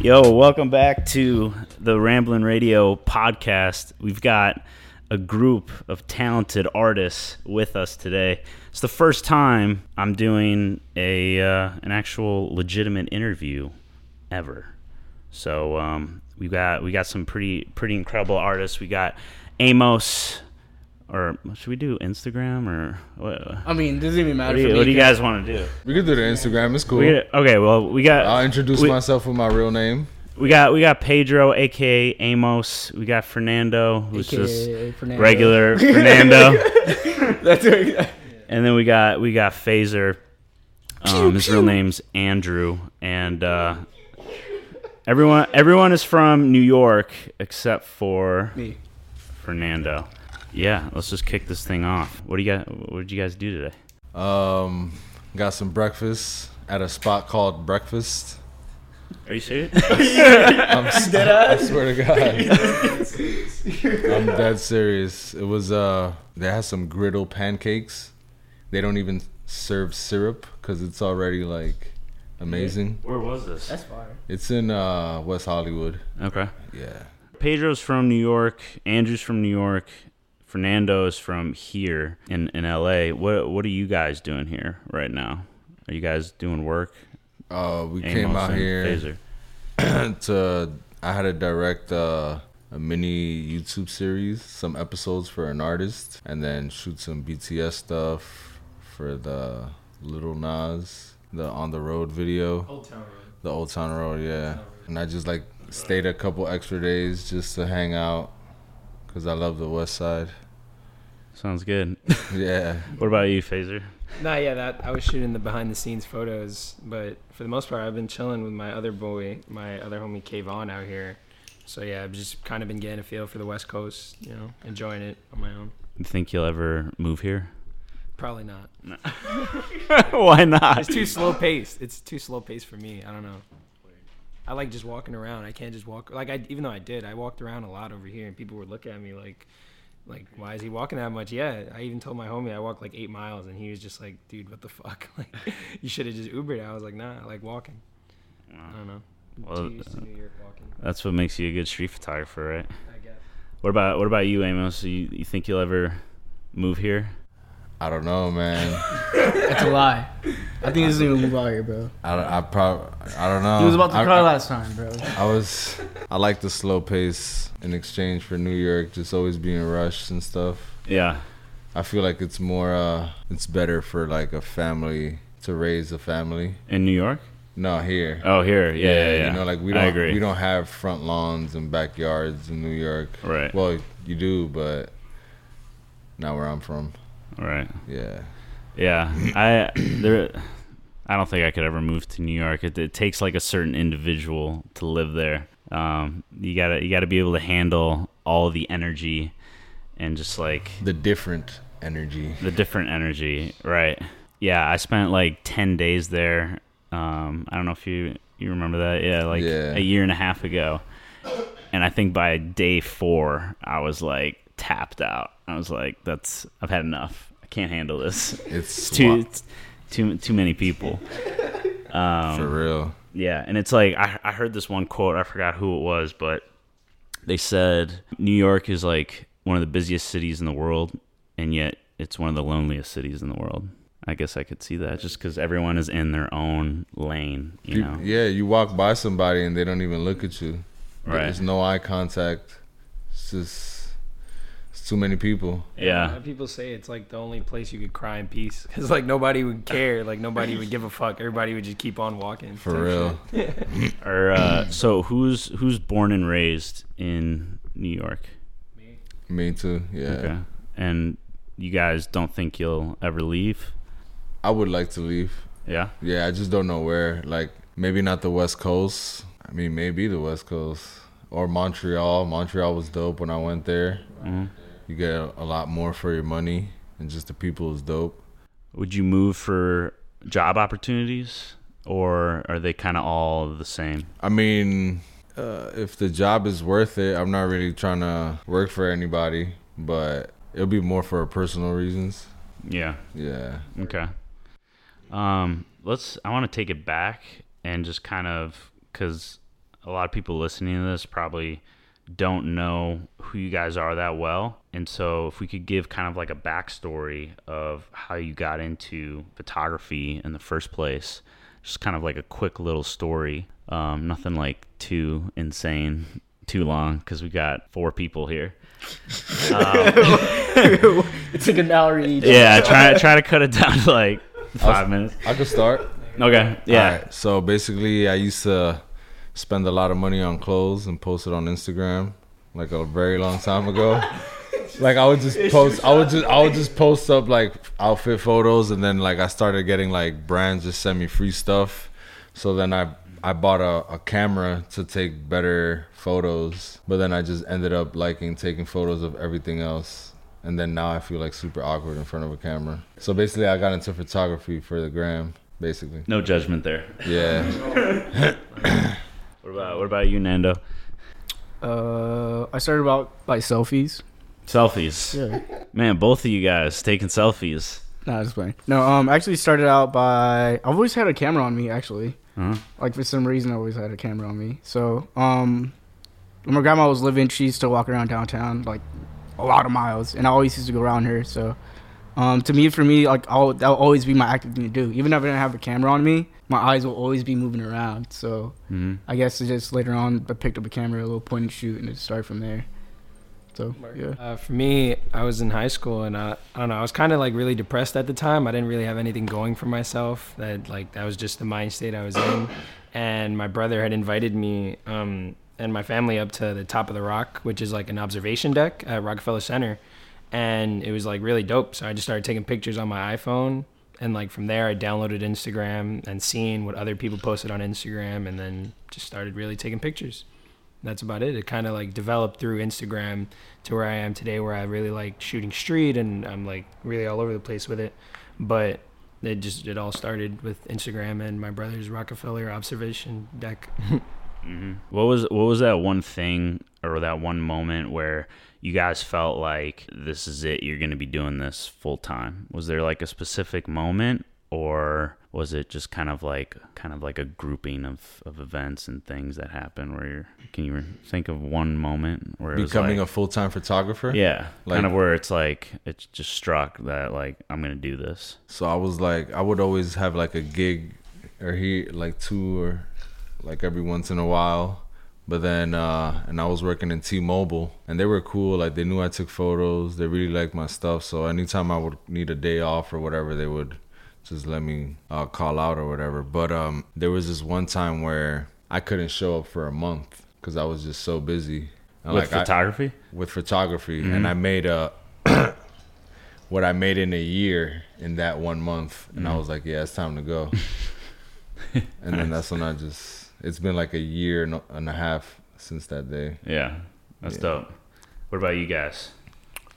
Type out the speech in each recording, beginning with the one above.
Yo, welcome back to the Ramblin' Radio podcast. We've got a group of talented artists with us today. It's the first time I'm doing a uh, an actual legitimate interview ever. So um, we got we got some pretty pretty incredible artists. We got Amos, or should we do Instagram or what? What I mean, doesn't even matter do for you, me. what do you guys want to do? We could do the Instagram. It's cool. We got, okay, well we got. I'll Uh, introduce we- myself with my real name. We got we got Pedro, aka Amos. We got Fernando, who's AKA just Fernando. regular Fernando, That's right. and then we got we got Phaser. Um, his real name's Andrew, and uh, everyone everyone is from New York except for me. Fernando. Yeah, let's just kick this thing off. What do you got? What did you guys do today? Um, got some breakfast at a spot called Breakfast. Are you serious? I'm dead I swear to God. I'm dead serious. It was uh, they had some griddle pancakes. They don't even serve syrup because it's already like amazing. Where was this? That's fire. It's in uh West Hollywood. Okay. Yeah. Pedro's from New York. Andrew's from New York. Fernando's from here in, in LA. What what are you guys doing here right now? Are you guys doing work? Uh, we Amos came out and here. Phaser. to I had to direct uh, a mini YouTube series, some episodes for an artist, and then shoot some BTS stuff for the Little Nas, the On the Road video. Old Town Road. The Old Town Road, yeah. And I just like stayed a couple extra days just to hang out because I love the West Side. Sounds good. Yeah. what about you, Phaser? Nah, yeah, that I was shooting the behind the scenes photos, but for the most part, I've been chilling with my other boy, my other homie Kayvon out here. So yeah, I've just kind of been getting a feel for the West Coast, you know, enjoying it on my own. You think you'll ever move here? Probably not. Why not? It's too slow paced. It's too slow paced for me. I don't know. I like just walking around. I can't just walk. Like I, even though I did, I walked around a lot over here, and people were looking at me like, like why is he walking that much? Yeah, I even told my homie I walked like eight miles, and he was just like, dude, what the fuck? Like, you should have just Ubered. I was like, nah, I like walking. I don't know. Well, Two years to New York walking. That's what makes you a good street photographer, right? I guess. What about what about you, Amos? You, you think you'll ever move here? I don't know, man. That's a lie. I think this is gonna move out here, bro. I, don't- I probably I don't know. He was about to Uh, I- cry I- last time, bro. I was I like the slow pace in exchange for New York, just always being rushed and stuff. Yeah. I feel like it's more uh it's better for like a family to raise a family. In New York? No, here. Oh, here. Yeah, yeah, yeah. You know, like we I don't agree. we don't have front lawns and backyards in New York. Right. Well, you do, but not where I'm from. All right. Yeah. Yeah, I there. I don't think I could ever move to New York. It, it takes like a certain individual to live there. Um, you gotta you gotta be able to handle all the energy and just like The different energy. the different energy, right? Yeah, I spent like ten days there. Um, I don't know if you you remember that. Yeah, like Yeah. a year and a half ago. And I think by day four, I was like tapped out. I was like, "That's I've had enough. I can't handle this." It's It's too wa- it's too too many people. for um, real. Yeah, and it's like I I heard this one quote. I forgot who it was, but they said New York is like one of the busiest cities in the world, and yet it's one of the loneliest cities in the world. I guess I could see that just because everyone is in their own lane, you You- know. yeah, you walk by somebody and they don't even look at you. Right. There's no eye contact. It's just it's too many people. A lot Yeah, of people say it's like the only place you could cry in peace, because like nobody would care, like nobody would give a fuck. Everybody would just keep on walking. For real. or uh, so who's who's born and raised in New York? Me too. Yeah. Okay, and you guys don't think you'll ever leave? I would like to leave. Yeah, Yeah, I just don't know where. Like maybe not the West Coast. I mean, maybe the West Coast or Montreal. Montreal was dope when I went there. You get a lot more for your money, and just the people is dope. would you move for job opportunities or are they kind of all the same I mean, uh, if the job is worth it, I'm not really trying to work for anybody, but it'll be more for personal reasons. yeah Yeah. okay um let's i want to take it back and just kind of because a lot of people listening to this probably don't know who you guys are that well. And so, if we could give kind of like a backstory of how you got into photography in the first place, just kind of like a quick little story, um, nothing like too insane, too long, because we got four people here. It took an hour each. Yeah, try try to cut it down to like five minutes. I could start. Okay, yeah. Alright, So basically, I used to spend a lot of money on clothes and post it on Instagram, like a very long time ago. like I would just post, I would just, I would just post up like outfit photos, and then like I started getting like brands just send me free stuff. So then I, I bought a, a camera to take better photos, but then I just ended up liking taking photos of everything else. And then now I feel like super awkward in front of a camera. So basically, I got into photography for the gram, basically. No judgment there. Yeah. What about what about you, Nando? Uh, I started about like selfies. Selfies. Yeah. Man, both of you guys taking selfies. Nah, just playing. No, um, I actually started out by I've always had a camera on me actually. Huh? Like for some reason, I always had a camera on me. So, um, when my grandma was living, she used to walk around downtown like a lot of miles, and I always used to go around her. So, um, to me, for me, like I'll, that'll always be my active thing to do. Even if I didn't have a camera on me, my eyes will always be moving around. So, Mm-hmm. Mhm. I guess it's just later on, I picked up a camera, a little point and shoot, and it started from there. So, yeah. Uh, for me, I was in high school, and I, I don't know. I was kind of like really depressed at the time. I didn't really have anything going for myself. That like that was just the mind state I was in. And my brother had invited me um, and my family up to the top of the rock, which is like an observation deck at Rockefeller Center, and it was like really dope. So I just started taking pictures on my iPhone, and like from there, I downloaded Instagram and seeing what other people posted on Instagram, and then just started really taking pictures. That's about it. It kind of like developed through Instagram to where I am today, where I really like shooting street and I'm like really all over the place with it. But it just it all started with Instagram and my brother's Rockefeller observation deck. Mhm. What was what was that one thing or that one moment where you guys felt like this is it? You're going to be doing this full time. Was there like a specific moment, or was it just kind of like kind of like a grouping of of events and things that happened? Where you're, can you think of one moment where it was becoming like- a full-time photographer yeah, like- kind of where it's like it's just struck that like I'm going to do this. so i was like i would always have like a gig or here like two or like every once in a while but then uh and i was working in t-mobile and they were cool like they knew i took photos they really liked my stuff so anytime i would need a day off or whatever they would just let me uh, call out or whatever but um there was this one time where i couldn't show up for a month because i was just so busy And, With like, I- photography, with photography Mm-hmm. and I made a what I made in a year in that one month and Mm-hmm. I was like, yeah, it's time to go. and then that's when I just it's been like a year and a- and a half since that day. yeah, that's dope. What about you guys?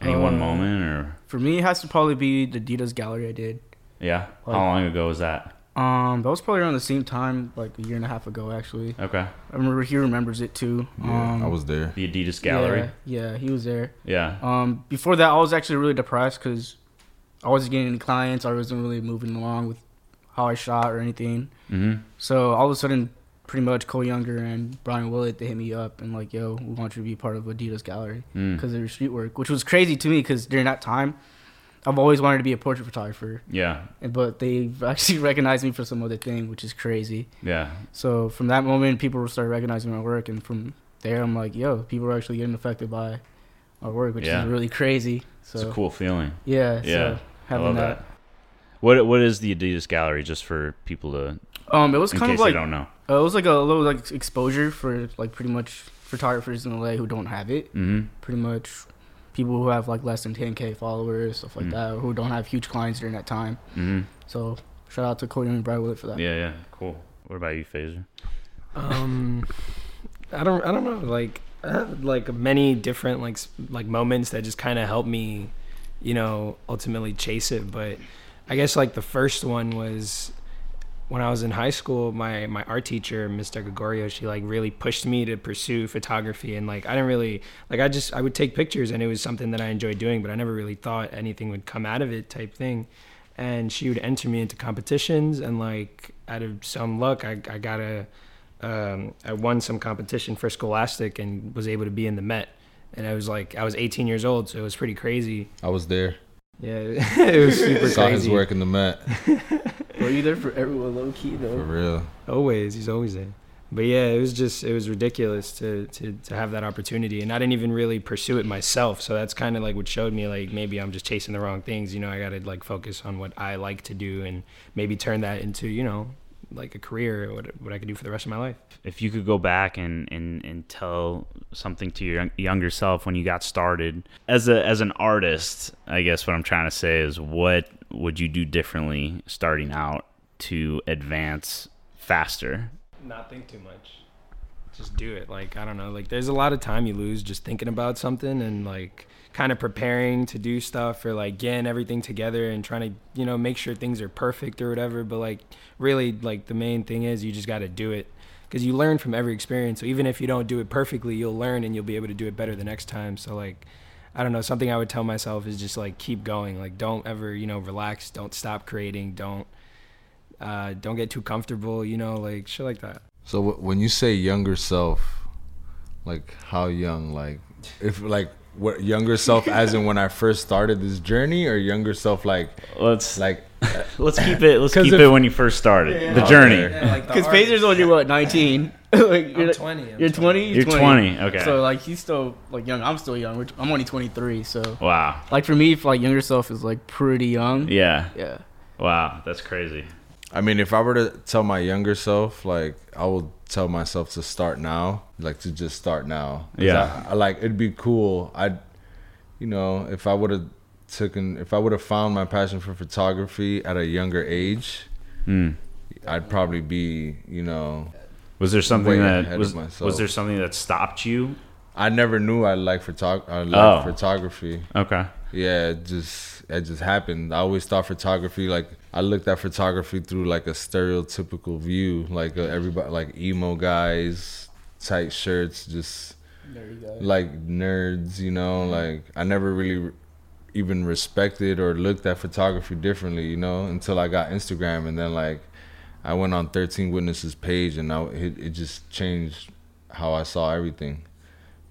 Any one Uh, moment or For me, it has to probably be the Adidas gallery I did. yeah? How like- long ago was that? Um, that was probably around the same time, like a year and a half ago, actually. Okay. I remember he remembers it too. Yeah, um, I was there. The Adidas Gallery. Yeah, yeah, he was there. Yeah. Um, before that, I was actually really depressed because I wasn't getting any clients. I wasn't really moving along with how I shot or anything. Mm-hmm. So all of a sudden, pretty much Cole Younger and Brian Willett they hit me up and like, "Yo, we want you to be part of Adidas Gallery Hmm. Mm. because of your street work," which was crazy to me because during that time, I've always wanted to be a portrait photographer, Yeah. and- but they actually recognized me for some other thing, which is crazy. Yeah. So from that moment, people started recognizing my work, and from there, I'm like, "Yo, people are actually getting affected by my work," which Yeah. is really crazy. So It's a cool feeling. yeah, Yeah, so having I love that. that. What What is the Adidas Gallery? Just for people to, Um, it was in kind case of like they don't know. Uh, it was like a little like exposure for like pretty much photographers in LA who don't have it. Mm-hmm. Pretty much people who have like less than 10k followers, stuff like Mm. that, who don't have huge clients during that time. Mm-hmm. So shout out to Cody and Brad Willett for that. Yeah. Yeah. Cool. What about you, Phaser? Um, I don't I don't know like I have, like many different like s- like moments that just kind of help me, you know, ultimately chase it. But I guess like the first one was when I was in high school. My my art teacher, Mr. Gregorio, she like really pushed me to pursue photography, and like I didn't really like I just I would take pictures, and it was something that I enjoyed doing, but I never really thought anything would come out of it type thing and she would enter me into competitions and like out of some luck I, I got a um, I won some competition for Scholastic and was able to be in the Met. And I was like, I was 18 years old, so it was pretty crazy. I was there. Yeah, it was super Saw his crazy. work in the Met. Were you there for everyone low key For though? real. Always, he's always there. But yeah, it was just it was ridiculous to to to have that opportunity, and I didn't even really pursue it myself. So that's kind of like what showed me like maybe I'm just chasing the wrong things. You know, I gotta like focus on what I like to do and maybe turn that into you know like a career or what what I could do for the rest of my life. if you could go back and, and, and tell something to your younger self when you got started as a as an artist, I guess what I'm trying to say is what would you do differently starting out to advance faster? not think too much. Just do it. Like I don't know. Like there's a lot of time you lose just thinking about something and like kind of preparing to do stuff or like getting everything together and trying to you know make sure things are perfect or whatever. But like really, like the main thing is you just got to do it because you learn from every experience. So even if you don't do it perfectly, you'll learn and you'll be able to do it better the next time. So like. I don't know. Something I would tell myself is just like keep going. Like don't ever, you know, relax. Don't stop creating. Don't, uh, don't get too comfortable. You know, like shit like that. So w- when you say younger self, like how young? Like if like what younger self as in when I first started this journey, or younger self like Let's like let's keep it let's 'Cause keep if- it when you first started the Okay. journey. Because Pacers only what 19. like, you're, I'm like- 20. I'm You're 20. You're 20. Okay. So like he's still like young. I'm still young. We're- I'm only 23. So wow. like for me, if, like younger self is like pretty young. Yeah. Yeah. Wow. That's crazy. I mean, if I were to tell my younger self, like I would tell myself to start now, like to just start now. 'Cause Yeah. I, I, like it'd be cool. I, you know, if I would have taken, if I would have found my passion for photography at a younger age, Mm. I'd probably be, you know, Was there something Way ahead that of was myself. was there something that stopped you? I never knew I liked photog- I liked Oh. photography. Okay. Yeah, it just it just happened. I always thought photography like I looked at photography through like a stereotypical view, like uh, everybody like emo guys, tight shirts, just There you go. Mm-hmm. like nerds, you know, like I never really re- even respected or looked at photography differently, you know, until I got Instagram and then like I went on 13 Witnesses page and I it, it just changed how I saw everything.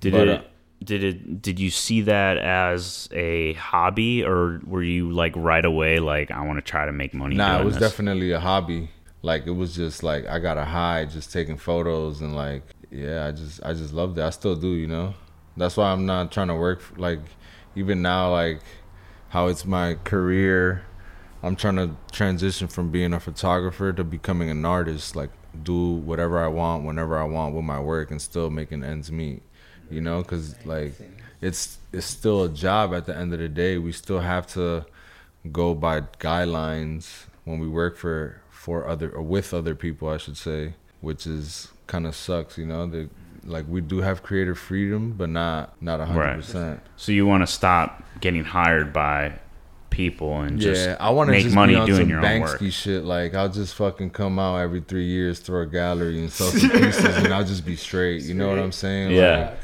Did But, it? uh, did it? Did you see that as a hobby, or were you like right away like I want to try to make money? Nah, it doing was this? definitely a hobby. Like it was just like I got a high just taking photos and like yeah, I just I just loved it. I still do, you know. That's why I'm not trying to work f- like even now like how it's my career. I'm trying to transition from being a photographer to becoming an artist. Like do whatever I want whenever I want with my work and still making ends meet. You know, because like it's it's still a job at the end of the day. We still have to go by guidelines when we work for for other or with other people i should say which is kind of sucks you know they like we do have creative freedom but not not a 100% So you want to stop getting hired by people and just yeah i want to make just money be on doing some your own banksy work. shit like i'll just fucking come out every three years throw a gallery and sell some pieces and i'll just be straight you know what i'm saying Yeah.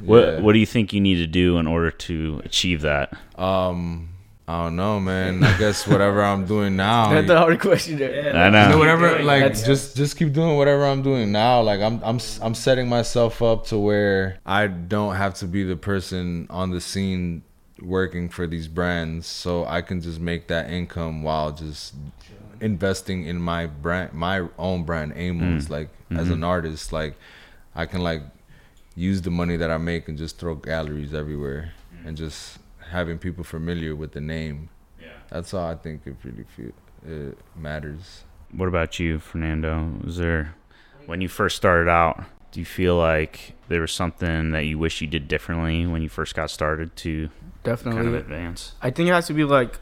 Like, What yeah. What do you think you need to do in order to achieve that? um i don't know man i guess whatever i'm doing Oh, now That's the hard question there. I know. You know, whatever, doing. like That's- just just keep doing whatever I'm doing now. Like I'm I'm s- I'm setting myself up to where I don't have to be the person on the scene working for these brands, so I can just make that income while just investing in my brand, my own brand, Amos. Like as an artist, like I can like use the money that I make and just throw galleries everywhere and just having people familiar with the name. Yeah. That's all I think it really feel, it matters. What about you, Fernando? Was there when you first started out? Do you feel like there was something that you wish you did differently when you first got started to Definitely. kind of advance? I think it has to be like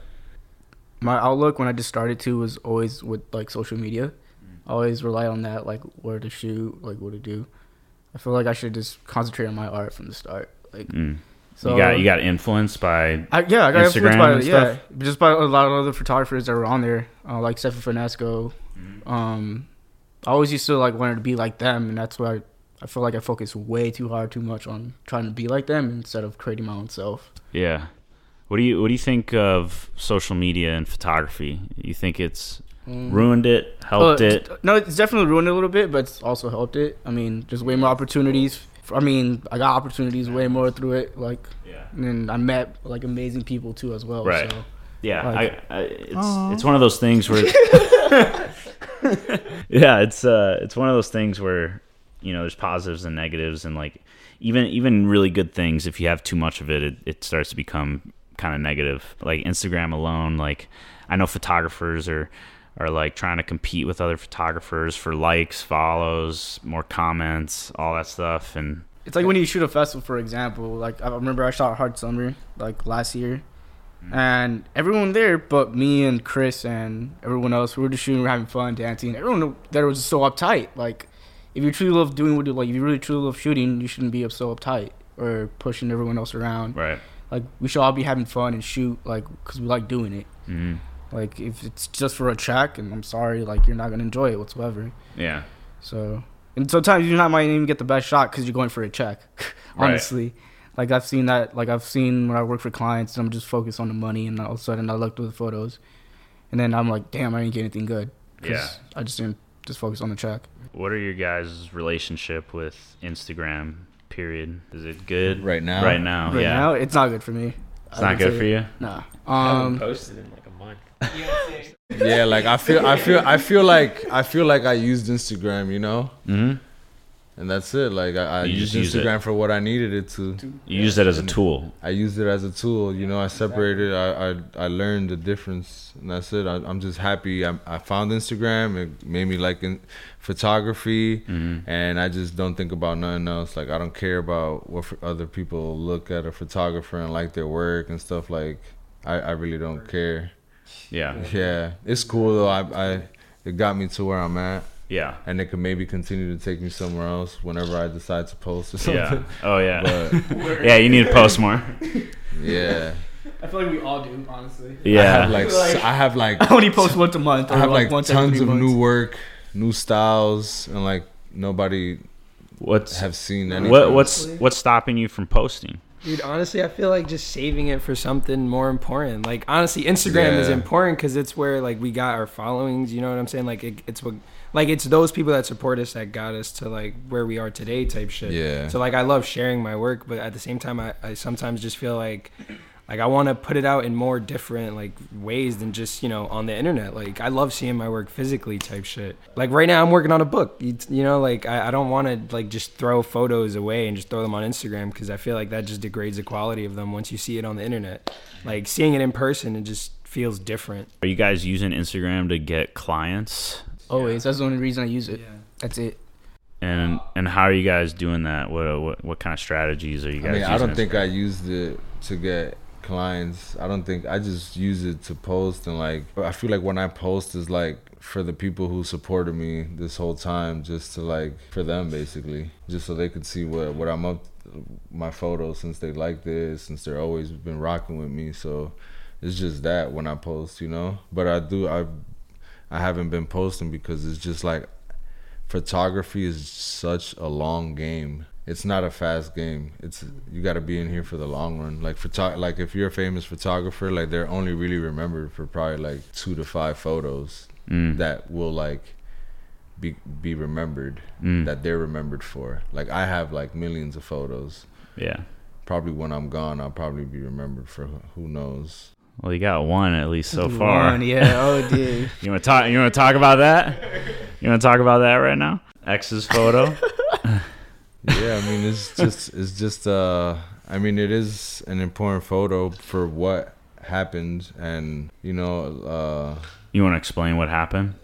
my outlook when I just started to was always with like social media. Mm. I always rely on that, like where to shoot, like what to do. I feel like I should just concentrate on my art from the start. Like Mm. so, you got you got influenced by I, yeah, I Instagram got influenced by and yeah, just by a lot of other photographers that were on there, uh, like Stefan Finesco. Um, I always used to like wanted to be like them, and that's why I, I feel like I focus way too hard, too much on trying to be like them instead of creating my own self. Yeah. What do you what do you think of social media and photography? You think it's Mm. Ruined it, helped Uh, it. No, it's definitely ruined it a little bit, but it's also helped it. I mean, just way more opportunities. f- I mean, I got opportunities way more through it. Like, Yeah. and I met like amazing people too as well. Right. So. Yeah, Like- I, I, it's it's one of those things where, yeah, it's uh, it's one of those things where you know there's positives and negatives, and like even even really good things. If you have too much of it, it, it starts to become kind of negative. Like Instagram alone, like I know photographers are are like trying to compete with other photographers for likes, follows, more comments, all that stuff, and It's like when you shoot a festival, for example. Like I remember I shot Hard Summer like last year, and everyone there, but me and Chris and everyone else, we were just shooting, we were having fun, dancing. Everyone there was just so uptight. Like if you truly love doing what you like, if you really truly love shooting, you shouldn't be up so uptight or pushing everyone else around. right, Like we should all be having fun and shoot, like because we like doing it. mm, Like if it's just for a check, and I'm sorry, like you're not gonna enjoy it whatsoever. yeah, So, and sometimes you not might even get the best shot because you're going for a check. Right. Honestly, like I've seen that. Like I've seen when I work for clients, and I'm just focused on the money, and all of a sudden I look through the photos, and then I'm like, damn, I didn't get anything good. 'cause yeah. I just didn't just focus on the check. What are your guys' relationship with Instagram? Period. Is it good Right now? Right now, right Oh, yeah. now, it's not good for me. it's not good for you. Nah. I haven't Um. posted in like a month. Yeah, like I feel, I feel, I feel like I feel like I used Instagram, you know, Mm-hmm. and that's it. Like I, I You used just use it. Instagram for what I needed it to. You use it as a tool. I used it as a tool, you know. I separated. I, I I learned the difference, and that's it. I, I'm just happy. I, I found Instagram. It made me like in photography, Mm-hmm. and I just don't think about nothing else. Like I don't care about what f- other people look at a photographer and like their work and stuff. Like I, I really don't care. Yeah, Yeah, it's cool though. I I it got me to where I'm at, yeah, and it could maybe continue to take me somewhere else whenever I decide to post or yeah. something. Oh yeah, But yeah. You need to post more. yeah, I feel like we all do, honestly. I have Yeah, like s- I have like I only post once a month. Or I have like, once every tons three of months. new work, new styles, and like nobody what's have seen anything. what what's what's stopping you from posting? Dude, honestly, I feel like just saving it for something more important. Like, honestly, Instagram is Yeah. important because it's where like we got our followings. You know what I'm saying? Like, it, it's what, like it's those people that support us that got us to like where we are today, type shit. Yeah. So like, I love sharing my work, but at the same time, I, I sometimes just feel like, like I want to put it out in more different like ways than just you know on the internet. Like, I love seeing my work physically, type shit. Like right now, I'm working on a book. You, you know, like I, I don't want to like just throw photos away and just throw them on Instagram because I feel like that just degrades the quality of them once you see it on the internet. Like seeing it in person, it just feels different. Are you guys using Instagram to get clients? Always. That's the only reason I use it. That's it. And and how are you guys doing that? What what, what kind of strategies are you I guys? mean, I using don't think Instagram? I used it to get clients. I don't think I just use it to post and like. I feel like when I post is like for the people who supported me this whole time, just to like for them basically, just so they could see what what I'm up my photos since they liked it, since they're always been rocking with me. So it's just that when I post, you know. But I do I I haven't been posting because it's just like photography is such a long game. It's not a fast game. It's you got to be in here for the long run. Like photo- like if you're a famous photographer, like they're only really remembered for probably like 2 to 5 photos Mm. that will like be be remembered Mm. that they're remembered for. Like I have like millions of photos. Yeah. Probably when I'm gone, I'll probably be remembered for who- who knows. Well, you got one at least so far. One, yeah. Oh, dude. You want to talk? You want to talk about that? You want to talk about that right now? X's photo. yeah i mean it's just it's just uh i mean it is an important photo for what happened and you know uh You want to explain what happened?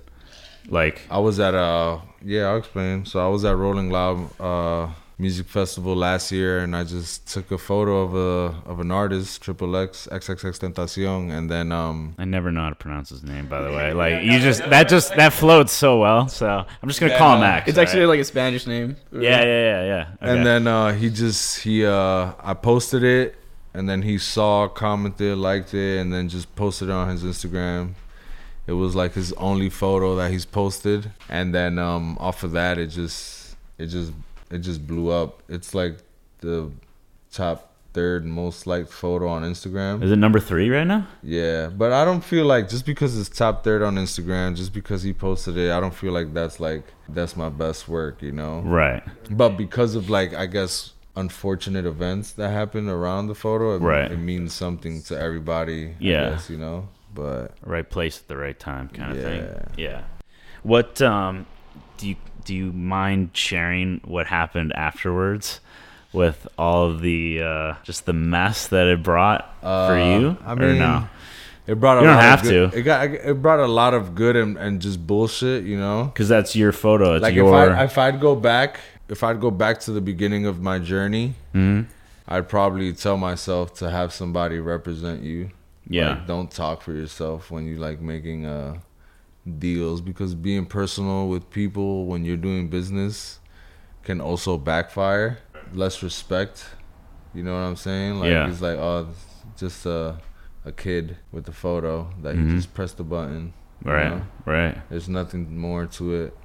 Like, i was at uh yeah i'll explain so i was at rolling loud uh music festival last year and i just took a photo of a of an artist triple x xxx tentacion and then um I never know how to pronounce his name, by the way. Like, you just that just that floats so well. So I'm just gonna Yeah, call him no. Max. It's all actually right? like a Spanish name. yeah, yeah, yeah, yeah. Okay. And then uh, he just he uh, I posted it, and then he saw, commented, liked it, and then just posted it on his Instagram. It was like his only photo that he's posted, and then um, off of that, it just it just it just blew up. It's like the top third most liked photo on Instagram. Is it number three right now? Yeah, but I don't feel like just because it's top third on Instagram, just because he posted it, I don't feel like that's like that's my best work, you know. Right. But because of like I guess unfortunate events that happened around the photo, it, Right. it means something to everybody. Yeah. I guess, you know. But Right place at the right time kind of Yeah. thing. Yeah. What um do you do you mind sharing what happened afterwards with all of the uh just the mess that it brought for Uh, you? I or mean, no? it brought a You don't lot have of good, to. It got it brought a lot of good and, and just bullshit, you know. Because that's your photo. It's like your if I if I'd go back, if I'd go back to the beginning of my journey, Mm-hmm. I'd probably tell myself to have somebody represent you. Yeah. Like, don't talk for yourself when you like making uh deals because being personal with people when you're doing business can also backfire. Less respect. You know what I'm saying? Like Yeah. it's like oh just a a kid with a photo that he just pressed the button. you Mm-hmm. right, know? right, There's nothing more to it.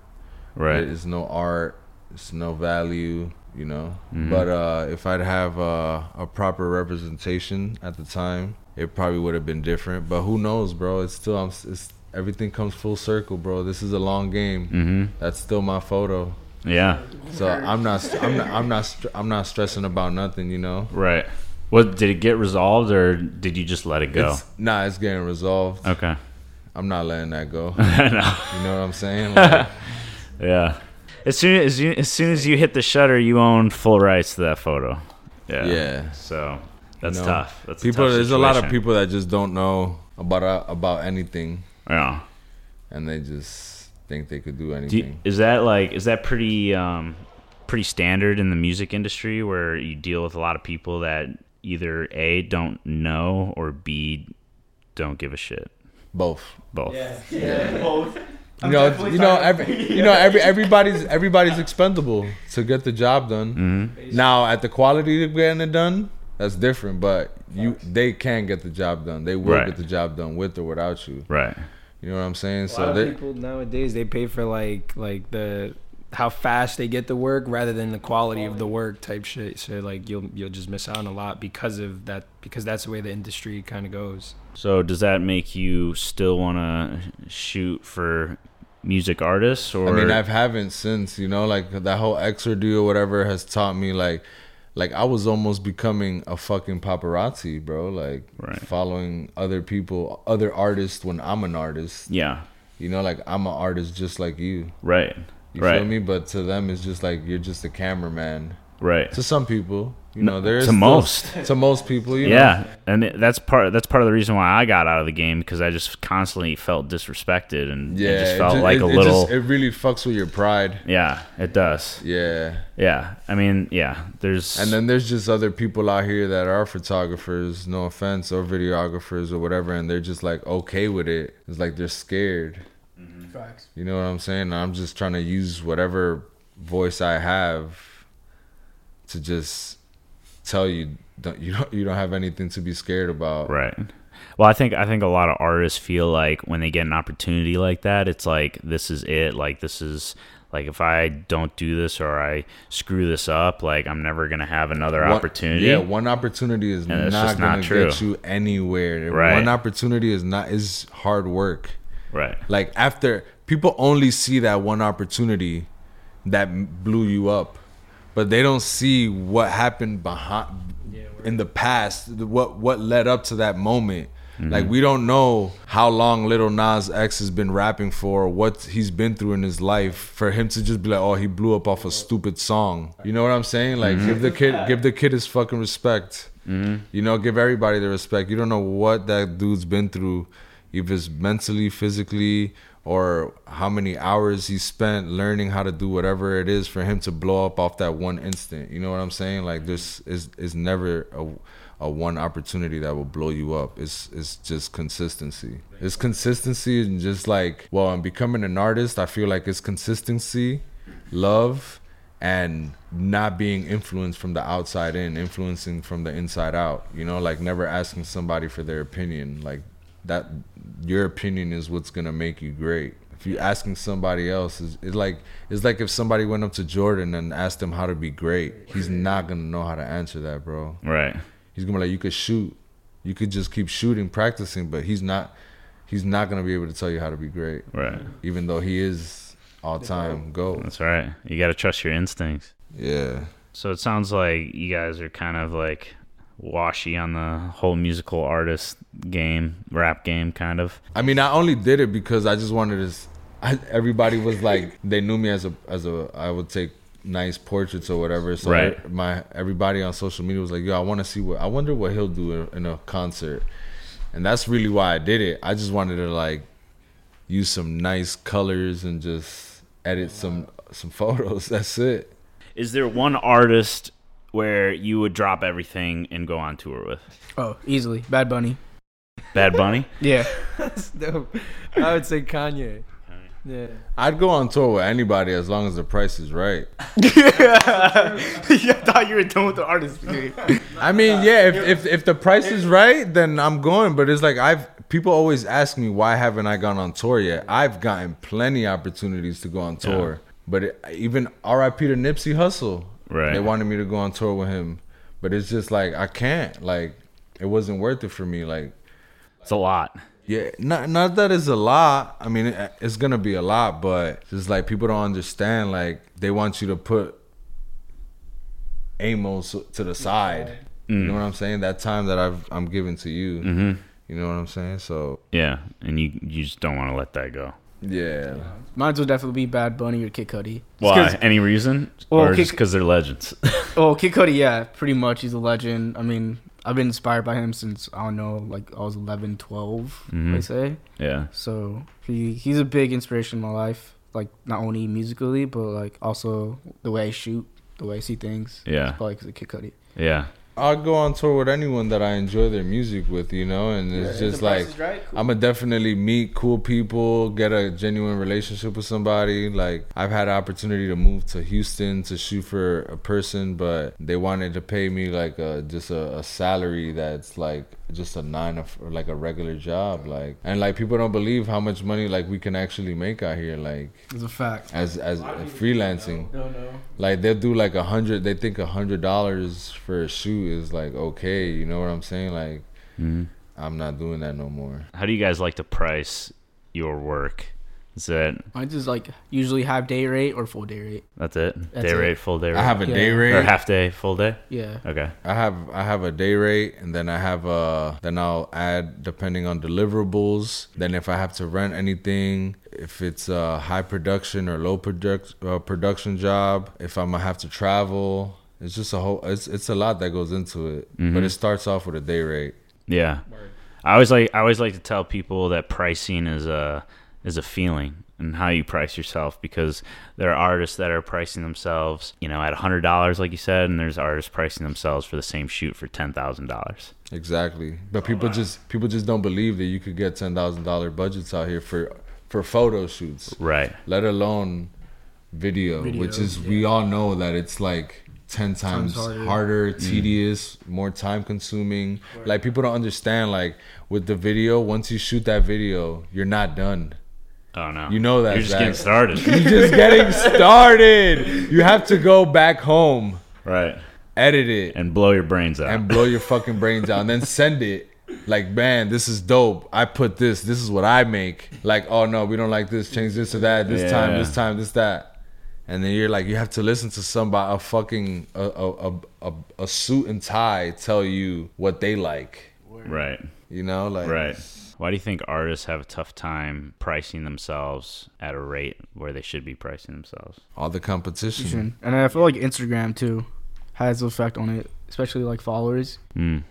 right. There's no art. It's no value, you know. But uh, if I'd have uh, a proper representation at the time, it probably would have been different. But who knows, bro? It's still I'm, s- it's everything comes full circle, bro. This is a long game. Mm-hmm. That's still my photo. yeah, So I'm not st- I'm not I'm not st- I'm not stressing about nothing, you know. right. What did it get resolved, or did you just let it go? It's, nah, it's getting resolved. okay. I'm not letting that go. no. You know what I'm saying? Like, Yeah. As soon as you, as soon as you hit the shutter, you own full rights to that photo. Yeah. yeah. So that's No. tough. That's a People, tough there's a lot of situation. people that just don't know about uh, about anything. Yeah. and they just think they could do Do you, anything. is that like is that pretty um pretty standard in the music industry where you deal with a lot of people that either a don't know or b don't give a shit. Both. Both. You know, you know, every, you know, every everybody's everybody's expendable to get the job done. Mm-hmm. Now, at the quality of getting it done, that's different. But you, they can get the job done. They will Right. get the job done with or without you. Right. You know what I'm saying? a lot So of they, people nowadays they pay for like like the how fast they get the work rather than the quality of the work type shit. So like you'll you'll just miss out on a lot because of that because that's the way the industry kind of goes. So does that make you still want to shoot for music artists or I mean, I've haven't since. You know, like that whole Xer deal, whatever, has taught me like, like I was almost becoming a fucking paparazzi, bro. Like Right. following other people, other artists when I'm an artist. yeah, You know, like I'm an artist just like you. right. You right. feel me? But to them, it's just like you're just a cameraman. Right. To some people, you know, there's to most. to most people, you know. Yeah, and it- that's part that's part of the reason why I got out of the game because I just constantly felt disrespected and yeah, it just it felt ju- like it- a it little. Just, it really fucks with your pride. yeah, it does. Yeah, Yeah, I mean, yeah. There's and then there's just other people out here that are photographers, no offense, or videographers or whatever, and they're just like okay with it. It's like they're scared. Facts. You know what I'm saying? I'm just trying to use whatever voice I have to just tell you don't you don't you don't have anything to be scared about. right. Well, I think I think a lot of artists feel like when they get an opportunity like that, it's like this is it. Like this is like if I don't do this or I screw this up, like I'm never gonna have another One- opportunity. Yeah, one opportunity is that's not just not gonna get true. you anywhere. Right. One opportunity is not is hard work. right. Like after people only see that one opportunity that m- blew you up, but they don't see what happened behind in the past. the- What what led up to that moment. Like we don't know how long Little Nas X has been rapping for, what he's been through in his life, for him to just be like, "Oh, he blew up off a stupid song." You know what I'm saying? Like, give the kid, give the kid his fucking respect. You know, give everybody the respect. You don't know what that dude's been through if it's mentally, physically, or how many hours he spent learning how to do whatever it is for him to blow up off that one instant. You know what I'm saying? Like this is is never a, a one opportunity that will blow you up. It's it's just consistency. It's consistency and just like well, I'm becoming an artist. I feel like it's consistency, love, and not being influenced from the outside in, influencing from the inside out. You know, like never asking somebody for their opinion. Like that, your opinion is what's gonna make you great. If you're asking somebody else, it's, it's like it's like if somebody went up to Jordan and asked him how to be great, he's not gonna know how to answer that, bro. Right. he's gonna be like, you could shoot, you could just keep shooting, practicing, but he's not, he's not gonna be able to tell you how to be great, Right. even though he is all time goat. That's right. You got to trust your instincts. Yeah, So it sounds like you guys are kind of like washy on the whole musical artist game, rap game, kind of. I mean, I only did it because I just wanted to. s I everybody was like, they knew me as a as a. I would take nice portraits or whatever. So Right. my everybody on social media was like, yo, I want to see what. I wonder what he'll do in, in a concert, and that's really why I did it. I just wanted to like use some nice colors and just edit some some photos. That's it. Is there one artist where you would drop everything and go on tour with? Oh, easily. Bad Bunny. Bad Bunny? Yeah. That's dope. I would say Kanye. Yeah. I'd go on tour with anybody as long as the price is right. I thought you were done with the artist. I mean, yeah, if, if if the price is right, then I'm going. But it's like I've people always ask me why haven't I gone on tour yet? I've gotten plenty opportunities to go on tour. But it, even R.I.P. to Nipsey Hussle, Right. They wanted me to go on tour with him, but it's just like I can't. Like it wasn't worth it for me. Like It's a lot. yeah, not not that it's a lot. I mean, it, it's gonna be a lot, but it's like people don't understand. Like they want you to put Amos to the side. You know what I'm saying? That time that I've I'm giving to you. You know what I'm saying? So Yeah. And you, you just don't want to let that go. yeah, Mine will definitely be Bad Bunny or Kid Cudi. Just 'cause- Why? Any reason? Well, or just kick- because they're legends? Oh, Kid Cudi, yeah, pretty much. He's a legend. I mean, I've been inspired by him since, I don't know, like I was 11, 12, Mm-hmm. Mhm. they say. yeah. So he he's a big inspiration in my life. Like not only musically, but like also the way I shoot, the way I see things. Yeah. Probably because of Kid Cudi. Yeah. I'll go on tour with anyone that I enjoy their music with. You know, and it's just like I'm gonna definitely meet cool people, get a genuine relationship with somebody. Like I've had an opportunity to move to Houston to shoot for a person, but they wanted to pay me like a, just a, a salary that's like just a nine of or like a regular job. Like and like people don't believe how much money like we can actually make out here. Like It's a fact. as as freelancing. No, no. Like they'll do like a hundred. They think a hundred dollars for a shoot is like okay. You know what I'm saying? Like Mhm. I'm not doing that no more. How do you guys like to price your work? Is that I just like usually half day rate or full day rate. that's it? That's day it. rate, full day rate, I have a Yeah. day rate. or half day, full day? Yeah. Okay. I have I have a day rate and then I have uh then I'll add depending on deliverables. Then if I have to rent anything, if it's a high production or low product uh, production job, if I'm gonna have to travel, it's just a whole it's it's a lot that goes into it. But it starts off with a day rate. Yeah. I always like I always like to tell people that pricing is a is a feeling and how you price yourself because there are artists that are pricing themselves, you know, at hundred dollars, like you said, and there's artists pricing themselves for the same shoot for ten thousand dollars. Exactly. But people just people just don't believe that you could get ten thousand dollar budgets out here for for photo shoots. Right. let alone video, which is we all know that it's like 10 times, harder. harder, Mm. tedious, more time consuming. Like people don't understand like with the video, once you shoot that video, you're not done. Oh no. You know that, You're just Zach. getting started. You're just getting started. You have to go back home, right. edit it, And blow your brains out. and blow your fucking brains out and then send it like man this is dope i put this this is what i make like oh no we don't like this change this to that this time Yeah. this time this that and then you're like you have to listen to somebody a fucking a a, a, a, a suit and tie tell you what they like right. you know like Right. Why do you think artists have a tough time pricing themselves at a rate where they should be pricing themselves? all the competition And I feel like Instagram too has an effect on it, especially like followers. Hmm. Mm.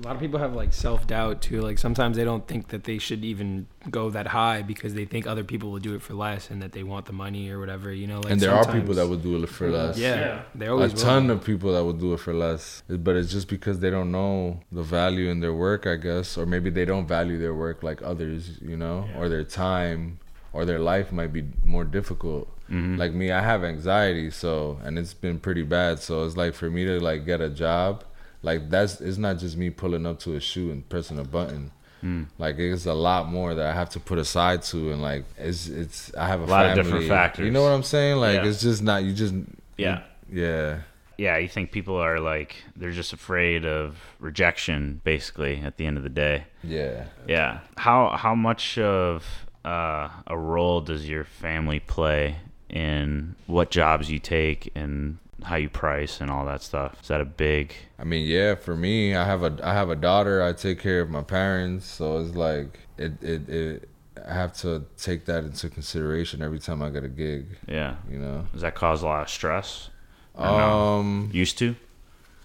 A lot of people have like self doubt too. Like sometimes they don't think that they should even go that high because they think other people will do it for less and that they want the money or whatever. You know, like and there are people sometimes- that would do it for less Yeah, they a always ton of people that would do it for less but it's just because they don't know the value in their work i guess or maybe they don't value their work like others you know or their time or their life might be more difficult Mm-hmm. like me i have anxiety so and it's been pretty bad so it's like for me to like get a job like that's it's not just me pulling up to a shoe and pressing a button Hmm. Like it's a lot more that I have to put aside to, and like it's it's I have a, lot of different family. factors. You know what I'm saying? Like Yeah. it's just not you just Yeah. yeah. yeah, you think people are like they're just afraid of rejection, basically. At the end of the day, Yeah. yeah. How how much of uh, a role does your family play in what jobs you take and how you price and all that stuff? Is that a big I mean, yeah, for me, I have a I have a daughter. I take care of my parents, so it's like it it, it I have to take that into consideration every time I get a gig, yeah? you know. Does that cause a lot of stress? Or no? Um used to,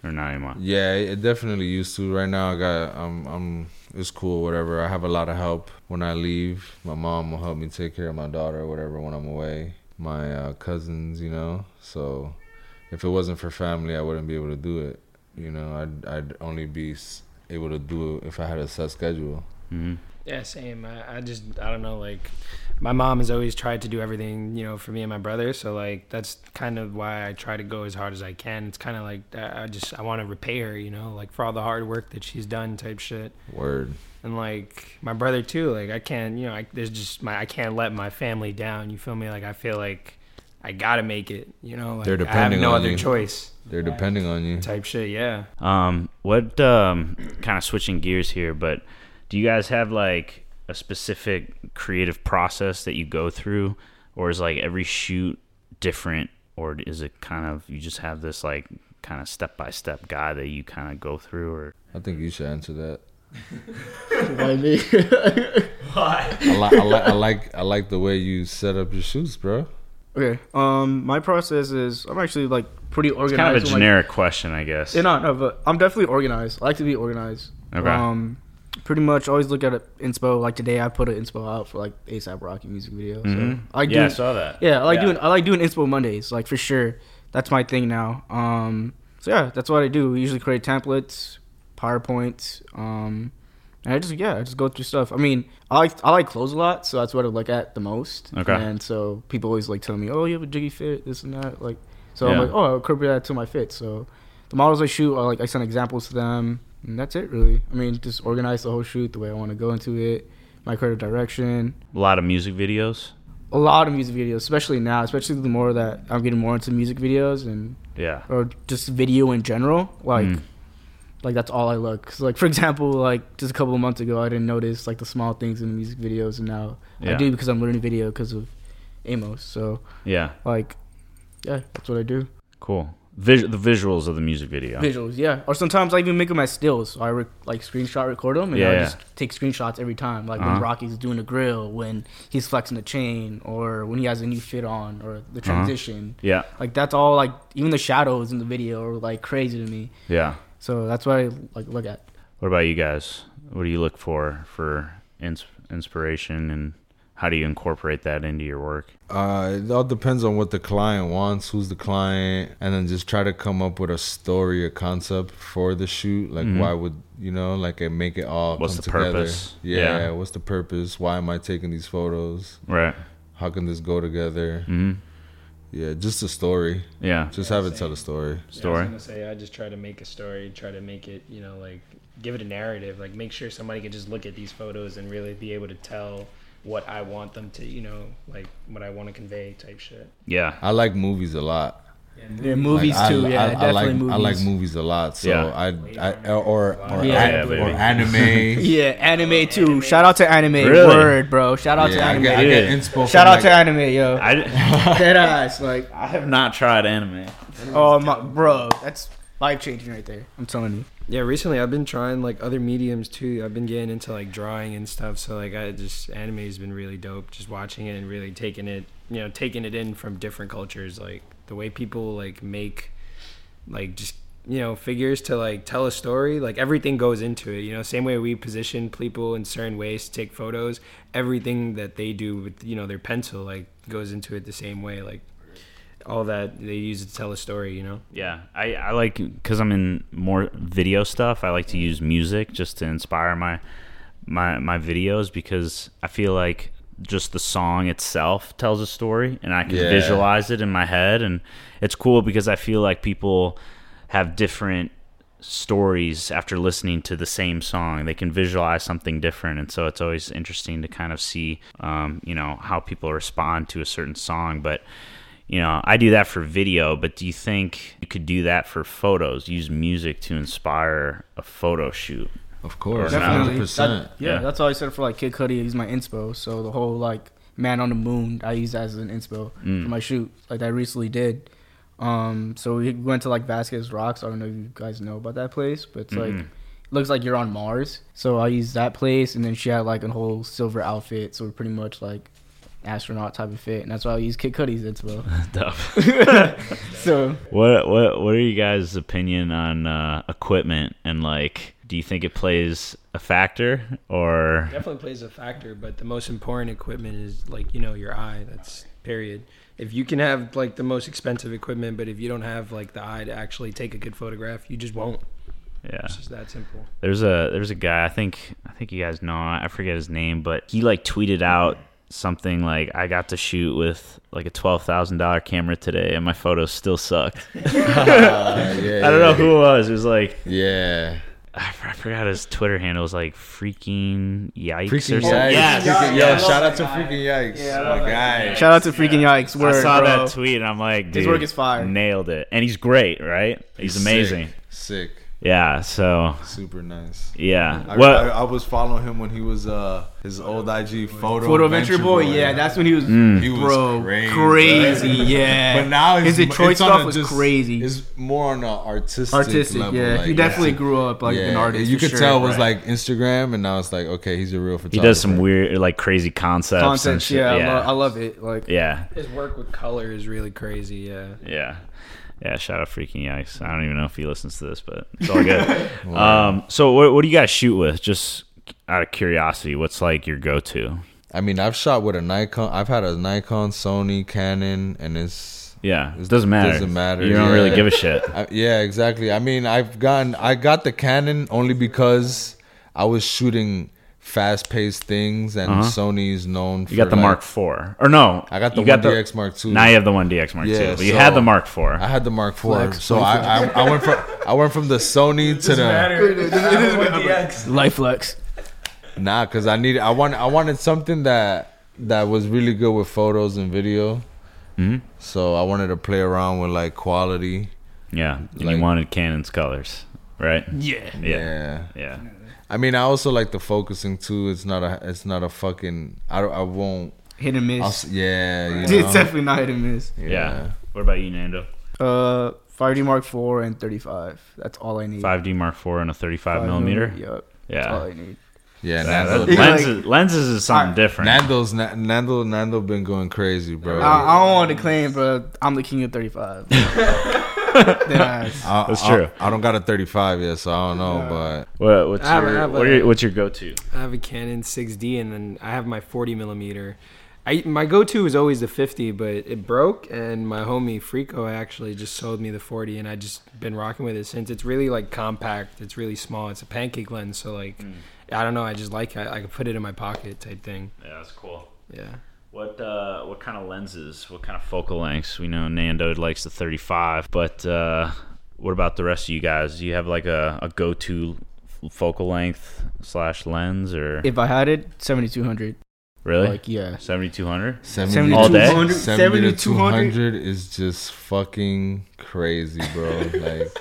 or not anymore? yeah, it definitely used to. Right now I got I'm I'm it's cool whatever. I have a lot of help when I leave. My mom will help me take care of my daughter or whatever when I'm away. My uh, cousins, you know. So if it wasn't for family, I wouldn't be able to do it. You know, I'd I'd only be s- able to do it if I had a set schedule. hmm Yeah, same. I, I just I don't know. Like, my mom has always tried to do everything, you know, for me and my brother. So like that's kind of why I try to go as hard as I can. It's kind of like I I just I want to repay her, you know, like for all the hard work that she's done, type shit. Word. And like my brother too. Like I can't, you know, I, there's just my I can't let my family down. You feel me? Like I feel like I gotta make it. You know, like They're I depending have no on other you. choice. They're depending on you. Type shit. Yeah. Um, what um, kind of switching gears here, but do you guys have like a specific creative process that you go through, or is like every shoot different, or is it kind of you just have this like kind of step by step guy that you kind of go through, or I think you should answer that. Why me? I, li- I, li- I like I like the way you set up your shoots, bro. okay. Um, my process is I'm actually like pretty organized. kind of a with, like, generic question, I guess? Yeah, no, no, but I'm definitely organized. I like to be organized. Okay. Um, pretty much always look at an inspo. Like today, I put an inspo out for like ASAP Rocky music video. So Mhm. I do. yeah, I saw that. yeah, I like doing. I like doing inspo Mondays. Like for sure, that's my thing now. Um, so yeah, that's what I do. We usually create templates, PowerPoints. Um, and I just yeah, I just go through stuff. I mean, I like I like clothes a lot, so that's what I look at the most. Okay. And so people always like tell me, oh, you have a jiggy fit, this and that. Like, so I'm Yeah. like, oh, I'll incorporate that to my fit. So the models I shoot, I like I send examples to them, and that's it really. I mean, just organize the whole shoot the way I want to go into it, my creative direction. A lot of music videos. A lot of music videos, especially now, especially the more that I'm getting more into music videos and Yeah. or just video in general, like Mm. like that's all I look. 'Cause, like for example, like just a couple of months ago, I didn't notice like the small things in the music videos, and now I Yeah. do because I'm learning video because of Amos. So yeah, like, yeah, that's what I do. cool. Vis- the visuals of the music video. Visuals, yeah. Or sometimes I even make them as stills. So I re- like screenshot record them, and I Yeah, just take screenshots every time. Like when Uh-huh. Rocky's doing a grill, when he's flexing the chain, or when he has a new fit on, or Uh-huh. the transition. yeah, Like that's all. Like even the shadows in the video are like crazy to me. yeah. So that's what I like look at. What about you guys? What do you look for for ins- inspiration and how do you incorporate that into your work? Uh, it all depends on what the client wants, who's the client, and then just try to come up with a story or concept for the shoot. Like, why would you know? Like, and make it all Mm-hmm. What's come the together. purpose? Yeah, Yeah. What's the purpose? Why am I taking these photos? Right. How can this go together? hmm Yeah, just a story. Yeah. Just Yeah, have it same. tell a story. Story. I was gonna say I just try to make a story, try to make it, you know, like give it a narrative, like make sure somebody can just look at these photos and really be able to tell what I want them to, you know, like what I want to convey, type shit. Yeah. I like movies a lot. Yeah, movies Like, I- too. yeah, I, I definitely like movies. I like movies a lot. So Yeah. I, I or or, Yeah. an- Yeah, baby. or anime. Yeah, Oh, anime too. Shout out to anime. Really? Word, bro. Shout out to Yeah, I anime. get, I get Yeah. inspo from, Shout out like, to anime, yo. I, Dead ass, like, I have not tried anime. oh my, bro, that's life changing right there. I'm telling you. Yeah, recently I've been trying like other mediums too. I've been getting into like drawing and stuff. So like I just anime has been really dope. Just watching it and really taking it, you know, taking it in from different cultures. Like the way people like make, like just you know figures to like tell a story. Like everything goes into it. You know, same way we position people in certain ways to take photos. Everything that they do with you know their pencil like goes into it the same way. Like all that they use it to tell a story. You know. Yeah, I, I like because I'm in more video stuff. I like to use music just to inspire my my my videos because I feel like just the song itself tells a story, and I can Yeah. visualize it in my head, and it's cool because I feel like people have different stories after listening to the same song they can visualize something different and so it's always interesting to kind of see um, you know how people respond to a certain song but you know, I do that for video, but do you think you could do that for photos? Use music to inspire a photo shoot? Of course, Definitely. hundred percent. yeah, Yeah. that's all I said for like Kid Cudi. He's my inspo. So the whole like man on the moon, I use that as an inspo for my shoot. Like I recently did. Um, so we went to like Vasquez Rocks. I don't know if you guys know about that place, but it's like it looks like you're on Mars. So I used that place, and then she had like a whole silver outfit. So we're pretty much like astronaut type of fit, and that's why I use Kid Cudi's inspo. so What what what are you guys' opinion on uh, equipment and like? Do you think it plays a factor or Definitely plays a factor, but the most important equipment is like you know your eye. That's period. If you can have like the most expensive equipment, but if you don't have like the eye to actually take a good photograph, you just won't. yeah? It's just that simple. There's a there's a guy I think I think you guys know I forget his name, but he like tweeted out something like I got to shoot with like a twelve thousand dollar camera today and my photos still sucked. Uh, Yeah, yeah, I don't know who it was. It was like Yeah. I f- I forgot his Twitter handle. It was like freaking yikes or Freaking something. yikes! Yes. Freaking- Yeah, yo, I love shout that out to guy. freaking yikes! Yeah, I my love that guy. shout out to freaking yikes. Word, I saw bro. that tweet and I'm like, dude, His work is fire. Nailed it, and he's great, right? He's amazing. Sick. Yeah. So Super nice. yeah. I, what? I, I was following him when he was uh his old IG photo. Photo Adventure Boy. Yeah, that's when he was. he was Bro, crazy. crazy, right? yeah. But now it's, his Detroit it's on a stuff was just- crazy. It's more on an artistic, artistic. level. yeah, like, he definitely yeah. grew up like Yeah, an artist. You for could sure. tell it was Right. like Instagram, and now it's like okay, he's a real he photographer. does some weird, like crazy concepts. and concepts. shit. Yeah, I, Yeah. lo- I love it. Like yeah. His work with color is really crazy. Yeah. Yeah. Yeah, shout out freaking yikes. I don't even know if he listens to this, but it's all good. um, so what, what do you guys shoot with? Just out of curiosity, what's like your go-to? I mean, I've shot with a Nikon. I've had a Nikon, Sony, Canon, and it's Yeah, it It doesn't matter. doesn't matter, You don't really yeah. give a shit. I, yeah, exactly. I mean, I've gotten I got the Canon only because I was shooting fast-paced things, and Sony's known. For Uh-huh. You got the Mark like- IV, or no? I got the you got 1DX Mark II. Now you have the One DX Mark Yeah, II, but you so- had the Mark IV. I had the Mark IV, so I, I I went from I went from the Sony to the life flex. nah, cause I needed I want I wanted something that that was really good with photos and video. Mm-hmm. So I wanted to play around with like quality. yeah, and like- you wanted Canon's colors, right? Yeah. Yeah, yeah. yeah. I mean, I also like the focusing too. It's not a, it's not a fucking. I don't, I won't. Hit and miss. I'll, s- yeah, you it's know? definitely not hit and miss. yeah, What about you, Nando? Uh, 5D Mark IV and 35. That's all I need. 5D Mark IV and a 35 Five millimeter. Yep. That's all Yeah, I need. yeah. Yeah, Nando, that- Like- lenses, lenses is something Alright. different. Nando's Na- Nando Nando been going crazy, bro. I, I don't want to claim, but I'm the king of 35. Then I- I- That's I- true. I, don't got a 35 yet, so I don't know, but What, what's, I have- I your, have what a- are your- what's your go-to? I have a Canon 6D, and then I have my 40 millimeter. I my go-to is always the 50, but it broke, and my homie Frico actually just sold me the 40, and I just been rocking with it since. It's really like compact. It's really small. It's a pancake lens, so like. I don't know. I just like it. I can put it in my pocket type thing. Yeah, that's cool. Yeah. What uh, what kind of lenses? What kind of focal lengths? We know Nando likes the 35, but uh, what about the rest of you guys? Do you have like a, a go-to f- focal length slash lens or if I had it, 7200. really Like yeah. 7200? 70 All day? 200 70 to 200. 200 is just fucking crazy, bro. like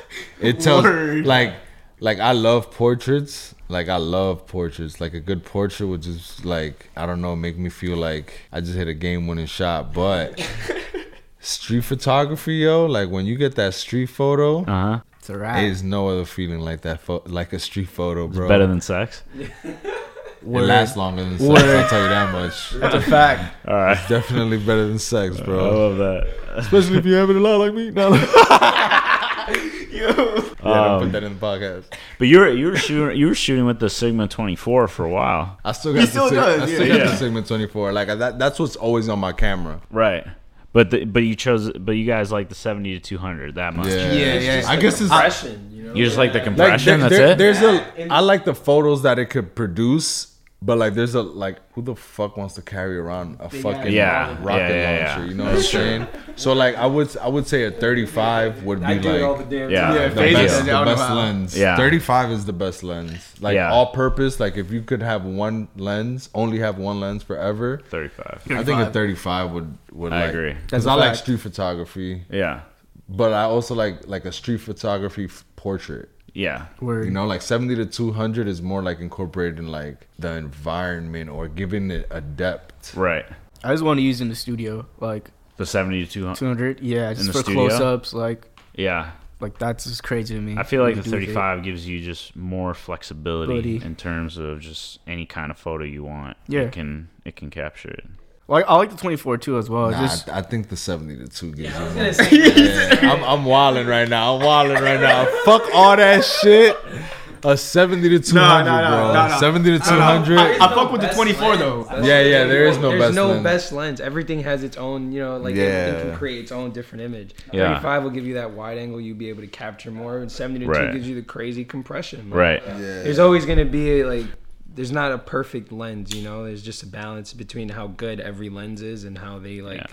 it tells Word. like like I love portraits. Like I love portraits. Like a good portrait would just like I don't know, make me feel like I just hit a game winning shot, but street photography, yo, like when you get that street photo, Uh huh. It's a wrap. there's no other feeling like that pho- like a street photo, bro. Better than sex. it lasts longer than sex, Word. I'll tell you that much. That's a fact. All right. Definitely better than sex, I bro. love that. Especially if you have it a lot like me. No. Um, Yeah, don't put that in the podcast. But you were you were shooting you were shooting with the Sigma 24 for a while, I still got, the, still sig- does, I yeah. still got Yeah. the Sigma 24. Like I- that, that's what's always on my camera. right? But the, but you chose but you guys like the 70 to 200 that much. Yeah, Yeah, yeah. I guess it's like Impression, you know. You just like the there- compression. there- that's it. There's a. I like the photos that it could produce, But like, there's a like, who the fuck wants to carry around a fucking uh, Yeah, rocket yeah, yeah, yeah. launcher? You know what I'm saying? So like, I would I would say a 35 would be I do it all the like damn Yeah. time. Yeah, the Phase best, is the out and best out. lens. Yeah. 35 is the best lens. Like Yeah. all purpose. Like if you could have one lens, only have one lens forever. 35. I think a 35 would would. I like, agree. Because That's a I like fact. street photography, Yeah. but I also like like a street photography f- portrait. Yeah. Word. You know, like 70 to 200 is more like incorporating like the environment or giving it a depth. Right. I just want to use in the studio, like The 70 to 200. 200. Yeah, just Uh, the for studio? close-ups, like Yeah. like that's just crazy to me. I feel like the What to do with it. 35 gives you just more flexibility Ability. in terms of just any kind of photo you want. Yeah. It can it can capture it. Like I like the 24 too as well. Nah, just I, I think the 70 to 2 gives you more. gonna say, Yeah, I'm, I'm wilding right now. I'm wilding right now. Fuck all that shit. A 70 to 200, Nah, nah, nah, bro. nah, nah. 70 to 200. I fuck with the 24 though. Yeah, yeah, there is no There's best no lens. best lens. Everything has its own, you know, like Yeah. everything can create its own different image. Yeah. 35 will give you that wide angle, you'll be able to capture more. And 70 to Right. 2 gives you the crazy compression. man. Right. There's always going to be like, there's not a perfect lens, you know. There's just a balance between how good every lens is and how they like, Yeah.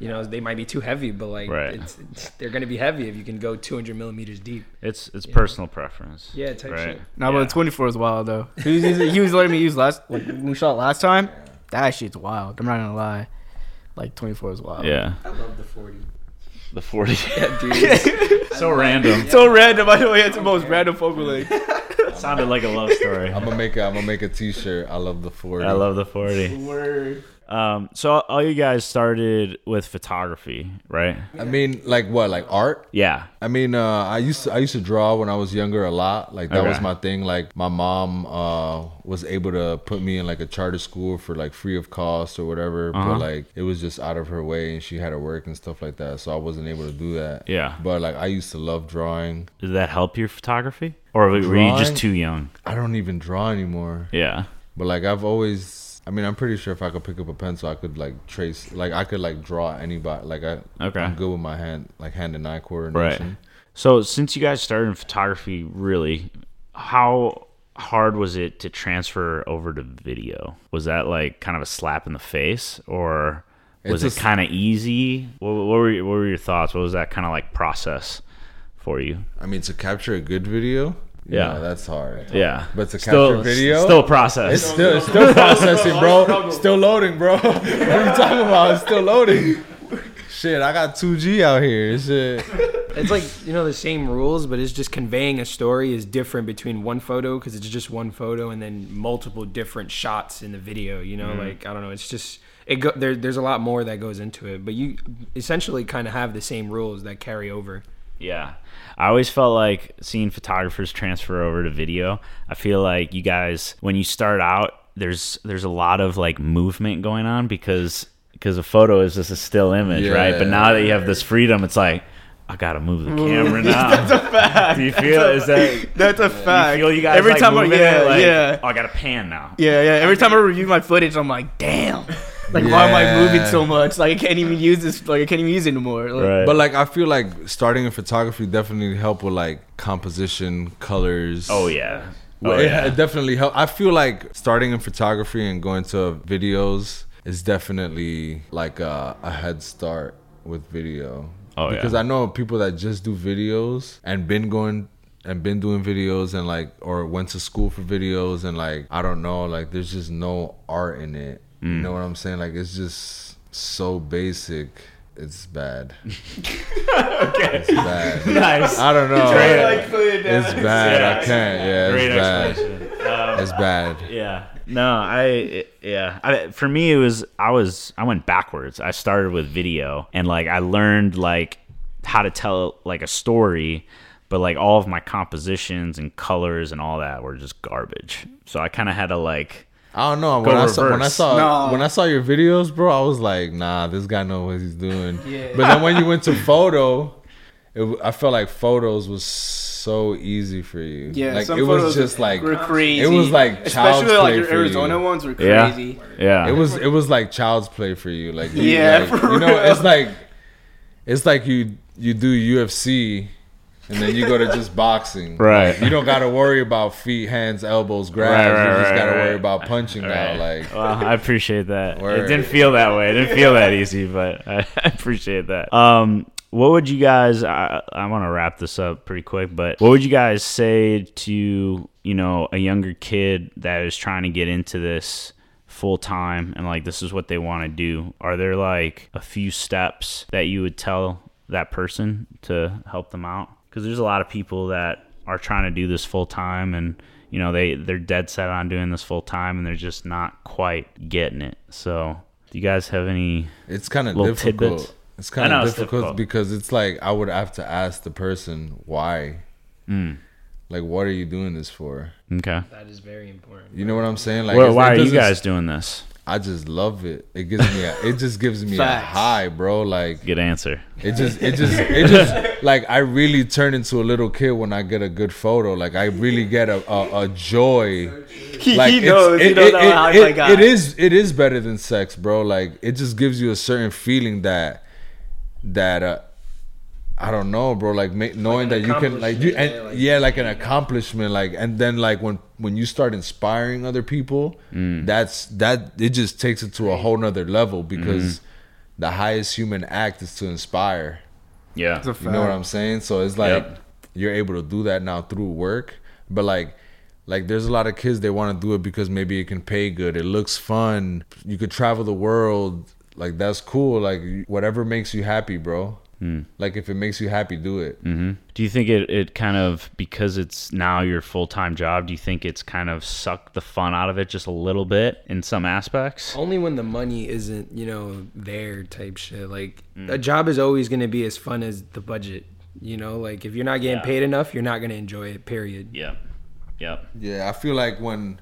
you know, they might be too heavy, but like, Right. it's, it's, they're going to be heavy if you can go 200 millimeters deep. It's it's personal preference. Yeah, type right. shit. Nah, but Yeah. the 24 is wild though. He was, using- he was letting me use last like, when we shot last time. That shit's wild. I'm not gonna lie. Like 24 is wild. Yeah. I love the 40. The 40. Yeah, dude. it's- so random. So random. I know it's the most random focal length. It sounded like a love story. I'm gonna make a, I'm gonna make a T-shirt. I love the 40. I love the 40. Word. Um, so all you guys started with photography, right? I mean, like what? Like art? Yeah. I mean, uh, I used to I used to draw when I was younger a lot. Like that Okay. was my thing. Like my mom uh, was able to put me in like a charter school for like free of cost or whatever. Uh-huh. But like it was just out of her way, and she had to work and stuff like that. So I wasn't able to do that. Yeah. But like I used to love drawing. Did that help your photography? Or were were you just Drawing? too young? I don't even draw anymore. Yeah. But like I've always. I mean, I'm pretty sure if I could pick up a pencil, I could like trace, like I could like draw anybody. Like I, Okay. I'm good with my hand, like hand and eye coordination. So since you guys started in photography, really, how hard was it to transfer over to video? Was that like kind of a slap in the face, or was It's it a- kind of easy? What, what were your, what were your thoughts? What was that kind of like process for you? I mean, to capture a good video, Yeah. yeah, that's hard. Yeah, But to still capture video? still a process. It's still, it's still processing, bro. Still loading, bro. What are you talking about? It's still loading. Shit, I got 2G out here. Shit. It's like you know the same rules, but it's just conveying a story is different between one photo because it's just one photo and then multiple different shots in the video. You know, like I don't know, it's just it go, there, there's a lot more that goes into it, but you essentially kind of have the same rules that carry over. Yeah. I always felt like seeing photographers transfer over to video. I feel like you guys when you start out there's there's a lot of like movement going on because because a photo is just a still image, Yeah. right? But now that you have this freedom, it's like I gotta move the camera now. That's a fact. Do you feel is that That's a fact. you feel you guys every like, time I moving it, yeah like, yeah Oh, I gotta pan now. yeah yeah every time I review my footage, I'm like, damn. Like why am I moving Yeah. so much? Like I can't even use this. Like I can't even use it anymore. Like, Right. But like, I feel like starting in photography definitely helped with like composition, colors. oh yeah. Oh, Well, it, yeah. it definitely helped. I feel like starting in photography and going to videos is definitely like a, a head start with video. Oh, yeah. because I know people that just do videos and been going and been doing videos and like or went to school for videos and like I don't know like there's just no art in it. Mm. You know what I'm saying? Like it's just so basic. It's bad. okay. It's bad. nice. I don't know. Great. It's bad. I Yeah. can't. Yeah, Great it's bad. explanation. Um, It's bad. Yeah. No, I it- yeah. I, for me, it was I was I went backwards. I started with video, and like I learned like how to tell like a story, but like all of my compositions and colors and all that were just garbage. So I kind of had to like I don't know. When I, saw, when I reverse. saw No. when I saw your videos, bro, I was like, nah, this guy knows what he's doing. But then when you went to photo, it, w- I felt like photos was so easy for you. Yeah, like some it was photos just like were crazy. It was like child's especially like play your for you. Arizona ones were yeah crazy. yeah. It was it was like child's play for you. Like you, Yeah, like, for you know, real. it's like it's like you you do UFC and then you go to just boxing. Right. You don't gotta worry about feet, hands, elbows, grabs. Right, right, you just right, gotta right. worry about punching Right. now. Like Well, I appreciate that. It Word. didn't feel that way. It didn't feel that easy, but I appreciate that. Um, what would you guys? I, I want to wrap this up pretty quick, but what would you guys say to you know a younger kid that is trying to get into this full time and like this is what they want to do? Are there like a few steps that you would tell that person to help them out? Because there's a lot of people that are trying to do this full time and you know they they're dead set on doing this full time and they're just not quite getting it so do you guys have any it's kind of Little difficult. tidbits. It's I kind know of it's difficult, difficult. because it's like I would have to ask the person why. Mm. Like, what are you doing this for? okay That is very important. You know what I'm saying? Like, Why- it's- why it are you doesn't- guys doing this I just love it. It gives me. A, it just gives me a Facts. high, bro. Like good answer It just, it just, it just, like I really turn into a little kid when I get a good photo. Like I really get a, a, a joy. He, Like he it's- knows. he knows how it- I uh, got. it is, it is better than sex, bro. Like it just gives you a certain feeling that, that, uh, I don't know, bro. Like ma- knowing an that you can, like you, accomplishment, and, yeah, like- yeah, like an accomplishment, like, and then like when when you start inspiring other people, Mm. that's that it just takes it to a whole nother level because Mm-hmm. the highest human act is to inspire. yeah It's a You know what fact. I'm saying? So it's like Yep. you're able to do that now through work, but like like there's a lot of kids they want to do it because maybe it can pay good. It looks fun. You could travel the world. Like that's cool. Like whatever makes you happy, bro. Like if it makes you happy, do it. hmm do you think it, it kind of because it's now your full-time job do you think it's kind of sucked the fun out of it just a little bit in some aspects Only when the money isn't, you know, there type shit. Like a job is always going to be as fun as the budget. You know, like if you're not getting Yeah. paid enough, you're not going to enjoy it. Period. yep yep Yeah, I feel like when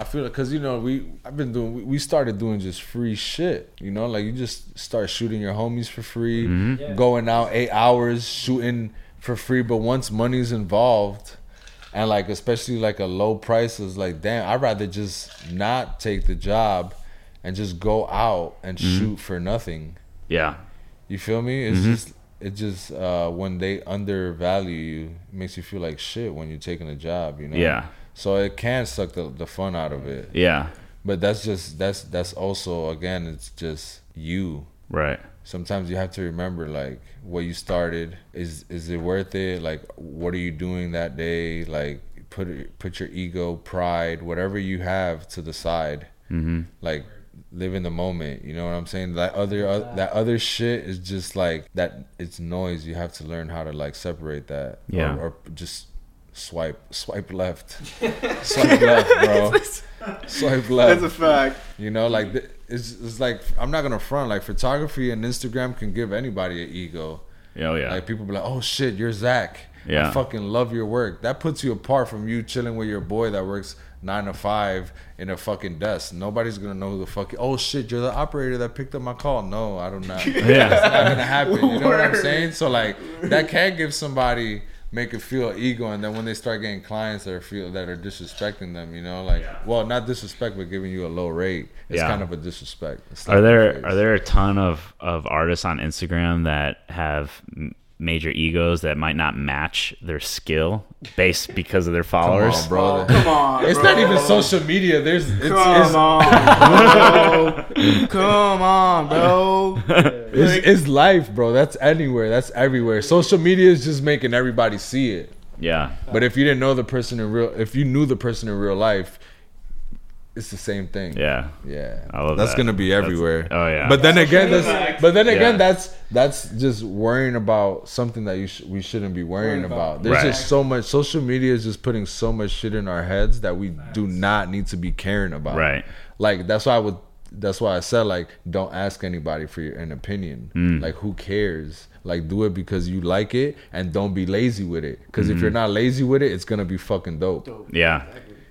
I feel like because you know we I've been doing we- we started doing just free shit. You know, like you just start shooting your homies for free, going out eight hours shooting for free. But once money's involved, and like especially like a low price is like damn, I'd rather just not take the job and just go out and shoot for nothing. yeah You feel me? It's Mm-hmm. just it just uh, when they undervalue you, it makes you feel like shit when you're taking a job. You know? Yeah. So it can suck the, the fun out of it, yeah but that's just that's that's also again it's just you. right Sometimes you have to remember like what you started is is it worth it? Like what are you doing that day? Like put put your ego, pride, whatever you have to the side. mm-hmm. Like live in the moment you know what i'm saying that other uh, that other shit is just like that it's noise you have to learn how to like separate that Yeah. or, or just swipe swipe left swipe left bro swipe left That's a fact. you know like th- it's, it's like i'm not gonna front like photography and instagram can give anybody an ego oh yeah like people be like oh shit you're zach Yeah. i fucking love your work that puts you apart from you chilling with your boy that works nine to five in a fucking desk nobody's gonna know who the fuck oh shit you're the operator that picked up my call no i don't know yeah not gonna happen. You know what I'm Word. saying? So like that can give somebody make it feel ego, and then when they start getting clients that are feel that are disrespecting them, you know, like well, not disrespect, but giving you a low rate. It's Yeah. kind of a disrespect. It's are like there face. are there a ton of of artists on Instagram that have m- major egos that might not match their skill based because of their Come followers? on, bro. Come on. It's bro. not even social media. There's it's, Come it's, on, bro. Come on, bro. it's, it's life, bro. That's anywhere. That's everywhere. Social media is just making everybody see it. Yeah, But if you didn't know the person in real, if you knew the person in real life, it's the same thing. yeah, Yeah, I love that's that. gonna be That's- everywhere. oh, yeah. but then again, that's but then again, Yeah. that's that's just worrying about something that you sh- we shouldn't be worrying about. There's Right. just so much. Social media is just putting so much shit in our heads that we do not need to be caring about. Right. Like that's why I would. That's why I said like, don't ask anybody for your, an opinion. Mm. Like, who cares? Like, do it because you like it, and don't be lazy with it. Because Mm-hmm. if you're not lazy with it, it's gonna be fucking dope. yeah,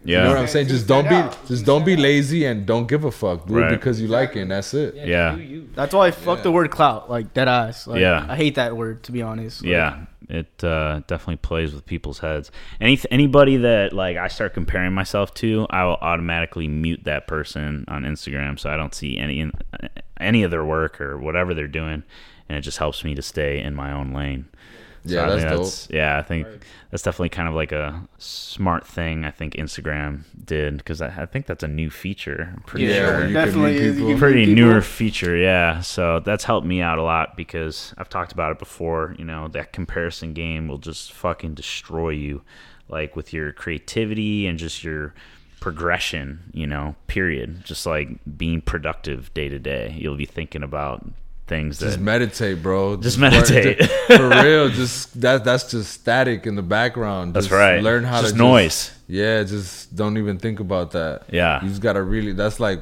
You know what yeah, I'm saying? Just don't be just don't be lazy and don't give a fuck. Do Right. it because you like it and that's it. Yeah. You, you. That's why I fuck the word clout, like dead ass. Like, Yeah. I hate that word to be honest. Like, yeah. It uh, definitely plays with people's heads. Any anybody that like I start comparing myself to, I will automatically mute that person on Instagram, so I don't see any any of their work or whatever they're doing, and it just helps me to stay in my own lane. So Yeah, I that's think dope. Yeah, I think Word. that's definitely kind of like a smart thing. I think Instagram did because I, I think that's a new feature. I'm pretty yeah, sure. where you Definitely can meet is- you people. can- pretty people. newer feature yeah so that's helped me out a lot because i've talked about it before you know that comparison game will just fucking destroy you like with your creativity and just your progression you know period just like being productive day to day you'll be thinking about things Just that meditate, bro. Just work- meditate. ju- for real. Just that. That's just static in the background. That's Just right. Learn how Just to noise. yeah, just don't even think about that. Yeah. you just gotta really. That's like,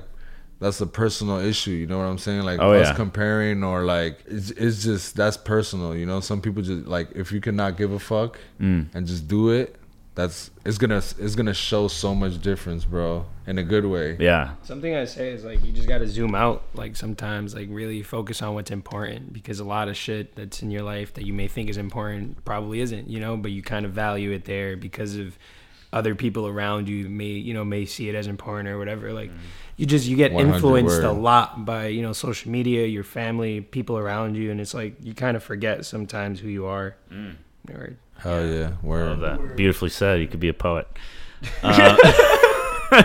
that's a personal issue. You know what I'm saying? Like Oh, us yeah. comparing or like it's, it's just that's personal. You know, some people just like if you cannot give a fuck Mm. and just do it. That's it's gonna it's gonna show so much difference, bro, in a good way. yeah Something I say is like you just got to zoom out. Like sometimes, like really focus on what's important because a lot of shit that's in your life that you may think is important probably isn't, you know. But you kind of value it there because of other people around you may, you know, may see it as important or whatever. Like you just you get 100 influenced a word. lot by you know social media, your family, people around you, and it's like you kind of forget sometimes who you are. Or Hell yeah, I love word. that. Beautifully said. You could be a poet. Uh,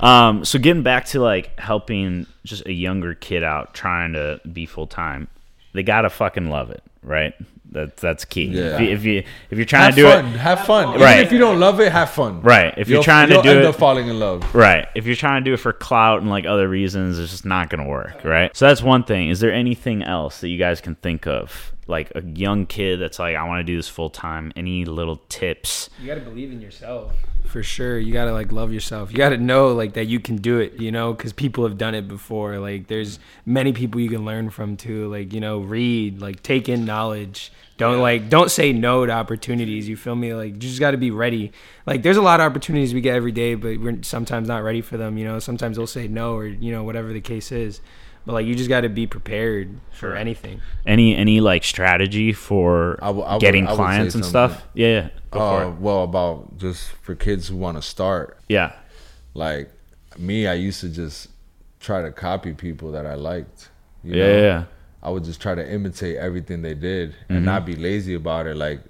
um, so getting back to like helping just a younger kid out trying to be full time, they gotta fucking love it, right? That's that's key. Yeah. If, you, if you if you're trying Have to do fun. it Have fun. Even Right. if you don't love it, have fun. right, if you're You'll- trying to you'll do end it, up falling in love. Right. If you're trying to do it for clout and like other reasons, it's just not going to work. Right. So that's one thing. Is there anything else that you guys can think of? Like a young kid that's like, I want to do this full time. Any little tips? you gotta believe in yourself for sure you gotta like love yourself you gotta know like that you can do it you know because people have done it before like there's many people you can learn from too like you know read like take in knowledge don't like don't say no to opportunities you feel me like you just gotta be ready like there's a lot of opportunities we get every day but we're sometimes not ready for them you know sometimes they'll say no or you know whatever the case is but like you just gotta be prepared for Sure. anything Any any like strategy for I w- I would- getting I would say clients and something. stuff? Yeah. yeah. Go for Uh, it. well, about just for kids who want to start. Yeah. Like me, I used to just try to copy people that I liked. You Yeah. know? yeah, yeah. I would just try to imitate everything they did and not be lazy about it. Like,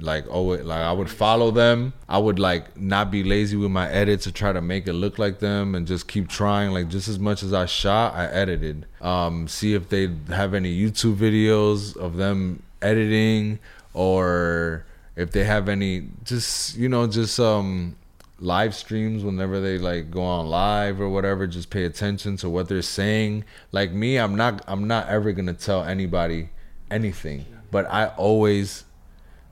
like oh, it- like I would follow them. I would like not be lazy with my edits to try to make it look like them and just keep trying. Like just as much as I shot, I edited. Um, see if they have any YouTube videos of them editing or if they have any just you know just um live streams whenever they like go on live or whatever just pay attention to what they're saying like me i'm not i'm not ever gonna tell anybody anything but i always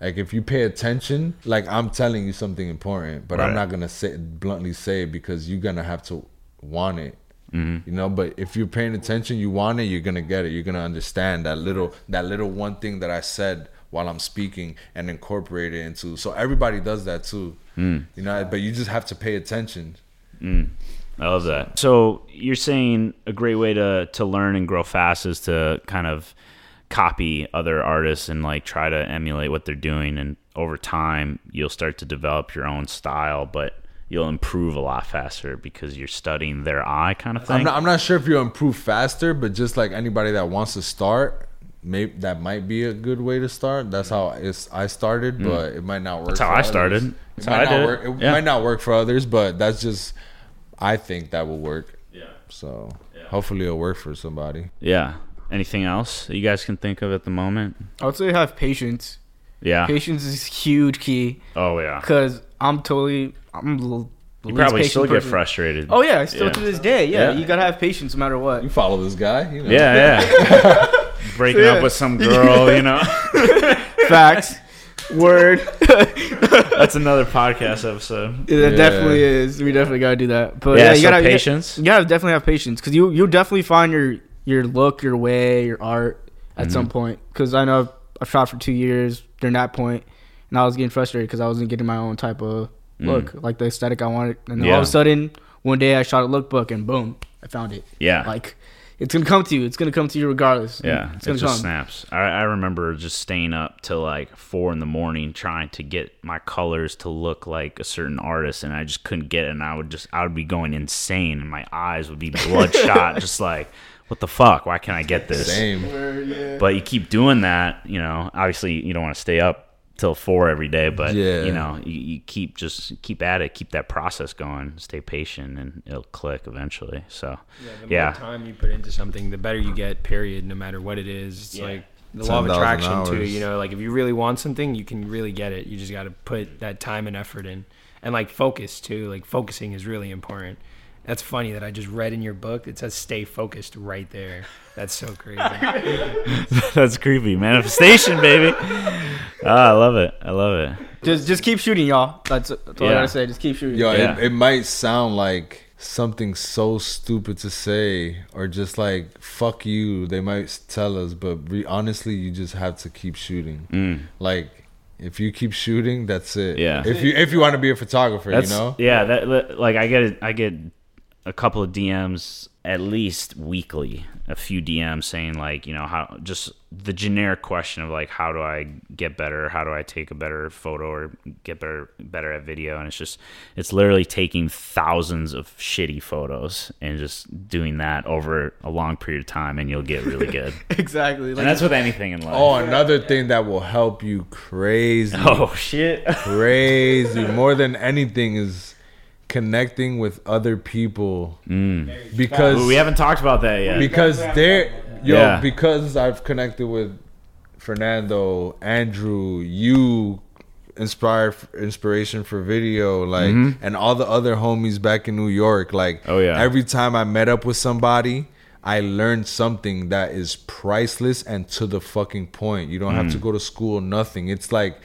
like if you pay attention like i'm telling you something important but i'm Right. not gonna say bluntly say it because you're gonna have to want it you know but if you're paying attention you want it you're gonna get it you're gonna understand that little that little one thing that i said while i'm speaking and incorporate it into so everybody does that too you know but you just have to pay attention I love that. So you're saying a great way to to learn and grow fast is to kind of copy other artists and like try to emulate what they're doing and over time you'll start to develop your own style but you'll improve a lot faster because you're studying their eye kind of thing. I'm not, I'm not sure if you'll improve faster but just like anybody that wants to start maybe that might be a good way to start that's how it's, i started but it might not work Hmm. That's how for I started. others. That's it, how might I did not it. work, it Yeah. might not work for others but that's just i think that will work yeah. so hopefully it'll work for somebody Yeah. Anything else that you guys can think of at the moment? I would say have patience. Yeah. Patience is huge key Oh yeah. because I'm totally I'm l- the You least probably patient still get person. frustrated. Oh yeah, still Yeah. to this day. Yeah, Yeah. you gotta have patience no matter what. You follow this guy? You know. Yeah, yeah. Breaking Yeah. up with some girl, you know. Facts. Word. That's another podcast episode. It definitely is. We definitely gotta do that. But yeah, yeah, you so gotta you gotta- patience. You gotta definitely have patience because you you definitely find your your look, your way, your art at Mm-hmm. some point. Because I know I've, I've shot for two years during that point, and I was getting frustrated because I wasn't getting my own type of look, like the aesthetic I wanted. And then Mm. all Yeah. of a sudden, one day I shot a lookbook, and boom, I found it. Yeah. Like it's gonna come to you. It's gonna come to you regardless. yeah, it's it gonna just come. snaps. I, I remember just staying up till like four in the morning trying to get my colors to look like a certain artist, and I just couldn't get it. And I would just, I would be going insane, and my eyes would be bloodshot, just like, what what the fuck? Why can't I get this? Same. But you keep doing that, you know. Obviously, you don't want to stay up till four every day, but Yeah. you know, you, you keep just keep at it, keep that process going, stay patient, and it'll click eventually. So, Yeah, the Yeah. more time you put into something, the better you get. Period. No matter what it is, it's Yeah. like the law of 10,000 attraction too. hours. You know, like if you really want something, you can really get it. You just got to put that time and effort in, and like focus too. Like focusing is really important. That's funny that I just read in your book. It says stay focused right there. That's so crazy. That's creepy. Manifestation, baby. Oh, I love it. I love it. Just just keep shooting, y'all. That's, that's all I Yeah. gotta say. Just keep shooting. Yo, Yeah. it, it might sound like something so stupid to say, or just like "fuck you." They might s- tell us, but re- honestly, you just have to keep shooting. Mm. Like, if you keep shooting, that's it. Yeah. If you if you want to be a photographer, That's, you know. Yeah, that li- like I get I get a couple of DMs at least weekly, a few DMs saying like, you know, how just the generic question of like how do I get better? How do I take a better photo or get better better at video? And it's just it's literally taking thousands of shitty photos and just doing that over a long period of time and you'll get really good. exactly. and Like, that's with anything in life. Oh, another thing that will help you crazy, oh shit. crazy more than anything is connecting with other people because Ooh, Mm. we haven't talked about that yet. because they're yo Yeah. because I've connected with Fernando, Andrew, you inspired inspiration for video like and all the other homies back in New York like Mm-hmm. Oh, yeah. every time I met up with somebody I learned something that is priceless and to the fucking point. You don't have Mm. to go to school, nothing. It's like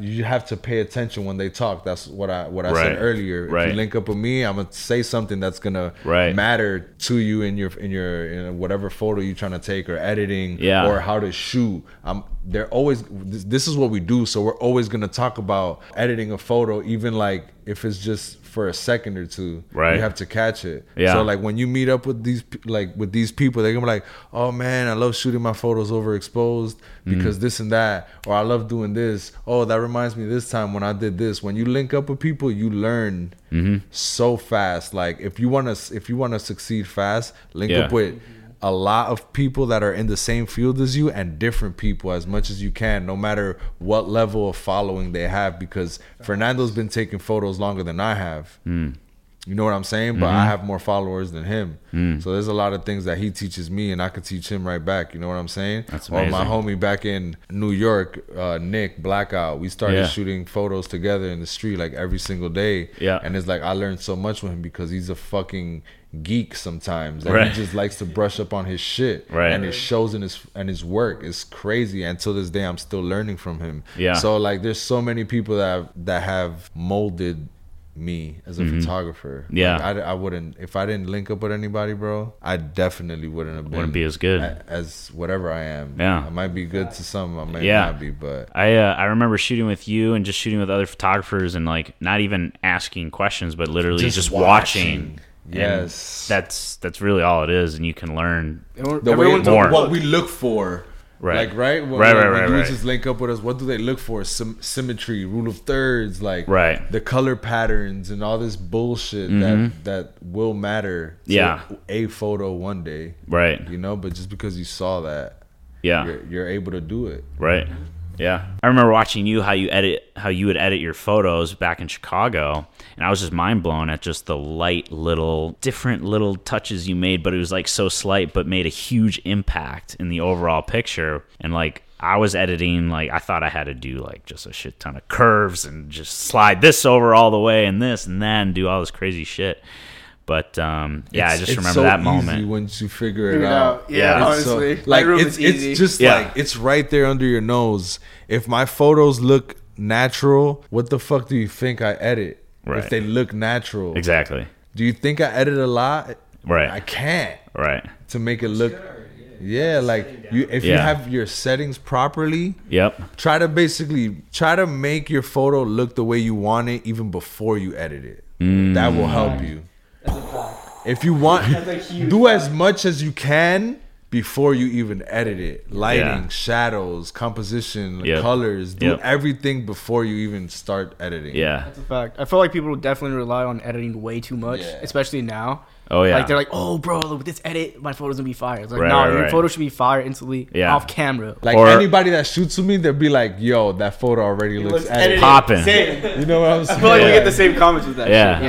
you have to pay attention when they talk. That's what I what I Right. said earlier. If Right. you link up with me, I'm gonna say something that's gonna Right. matter to you in your in your in whatever photo you're trying to take or editing Yeah. or how to shoot. Um, they're always this, this is what we do, so we're always gonna talk about editing a photo, even like if it's just for a second or two. Right. you have to catch it. Yeah. So like when you meet up with these pe- like with these people, they're gonna be like, oh man, I love shooting my photos overexposed because this and that, or I love doing this. Oh, that reminds me this time when I did this. When you link up with people, you learn so fast. Like if you wanna if you wanna succeed fast, link Yeah. up with a lot of people that are in the same field as you and different people as much as you can no matter what level of following they have because Fernando's been taking photos longer than I have. You know what I'm saying? But Mm-hmm. I have more followers than him. Mm. So there's a lot of things that he teaches me and I could teach him right back. You know what I'm saying? That's Or my amazing. homie back in New York, uh, Nick Blackout, we started Yeah. shooting photos together in the street like every single day. Yeah. And it's like I learned so much with him because he's a fucking geek sometimes. Like Right. he just likes to brush up on his shit. Right. And his shows and his and his work. It's crazy. And to this day I'm still learning from him. Yeah. So like there's so many people that have, that have molded me as a photographer. Like, Mm-hmm. Yeah. I, I wouldn't if I didn't link up with anybody, bro. I definitely wouldn't have been Wouldn't be as good. a- as whatever I am. Yeah. I might be good to some. I might Yeah. not be, but I uh, I remember shooting with you and just shooting with other photographers and like not even asking questions, but literally just, watching. And Yes. that's that's really all it is, and you can learn. everyone- the way everyone's a- More. what we look for. Right. Like right, when, Right, when right, right, dudes right. Just link up with us. What do they look for? Sym- symmetry, rule of thirds, like Right. Mm-hmm. the color patterns, and all this bullshit that that will matter. to Yeah. a photo one day, Right. you know. But just because you saw that, Yeah. you're, you're able to do it. Right. Yeah. I remember watching you how you edit how you would edit your photos back in Chicago and I was just mind blown at just the light little different little touches you made but it was like so slight but made a huge impact in the overall picture and like I was editing like I thought I had to do like just a shit ton of curves and just slide this over all the way and this and that and do all this crazy shit. But um yeah, I It's- just it's remember so that easy moment. once you figure it Figure it out. out. Yeah, Yeah. It's so- honestly, like Lightroom is it's it's easy. just Yeah. like it's right there under your nose. If my photos look natural, what the fuck do you think I edit? Right. If they look natural, Exactly. do you think I edit a lot? Right. I can't Right. to make it look. Yeah, like you if you Yeah. have your settings properly, Yep. try to basically try to make your photo look the way you want it even before you edit it. That will help Mm. you. If you want, do as much as you can before you even edit it. Lighting, Yeah. shadows, composition, Yep. colors. Do Yep. everything before you even start editing. Yeah. That's a fact. I feel like people definitely rely on editing way too much, Yeah. especially now. Oh yeah. Like they're like, oh bro, with this edit, my photo's gonna be fire. It's like, Right, no, right, your right. photo should be fire instantly Yeah. off camera. Like Or- anybody that shoots with me, they'll be like, "Yo, that photo already looks, edited." Poppin'. Same. You know what I'm saying? But like, we Yeah. get the same comments with that. Oh, Yeah. shit,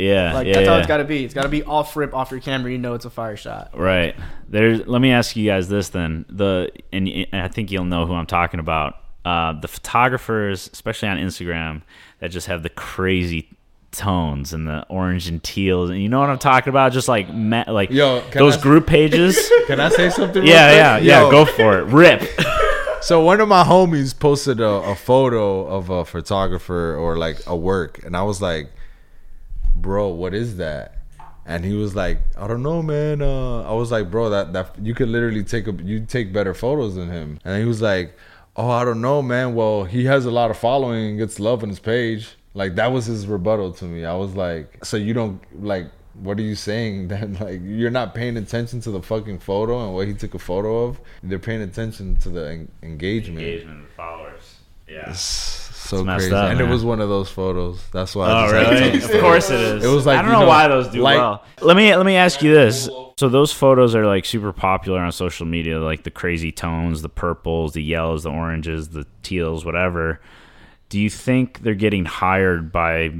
yeah. yeah. Like yeah, that's how yeah. it's gotta be. It's gotta be off rip off your camera. You know it's a fire shot. Right. There's. Let me ask you guys this then. The and, y- and I think you'll know who I'm talking about. Uh, the photographers, especially on Instagram, that just have the crazy tones and the orange and teals, and you know what I'm talking about. Just like ma- like Yo, can those I- group pages. Can I say something? real yeah, quick? yeah, yeah. Yo, Go for it. Rip. So one of my homies posted a, a photo of a photographer or like a work, and I was like, "Bro, what is that?" And he was like, "I don't know, man." Uh, I was like, "Bro, that that you could literally take a you take better photos than him." And he was like, "Oh, I don't know, man. Well, he has a lot of following and gets love on his page." Like that was his rebuttal to me. I was like, "So you don't like." What are you saying? That like you're not paying attention to the fucking photo and what he took a photo of. They're paying attention to the en- engagement. Engagement followers. Yeah. So messed crazy. up, and man. it was one of those photos. That's why. I Oh, just had to really? tell the Of story. course it is. It was like, I don't you know, know, why those do like- well. Let me let me ask you this. So those photos are like super popular on social media, like the crazy tones, the purples, the yellows, the oranges, the teals, whatever. Do you think they're getting hired by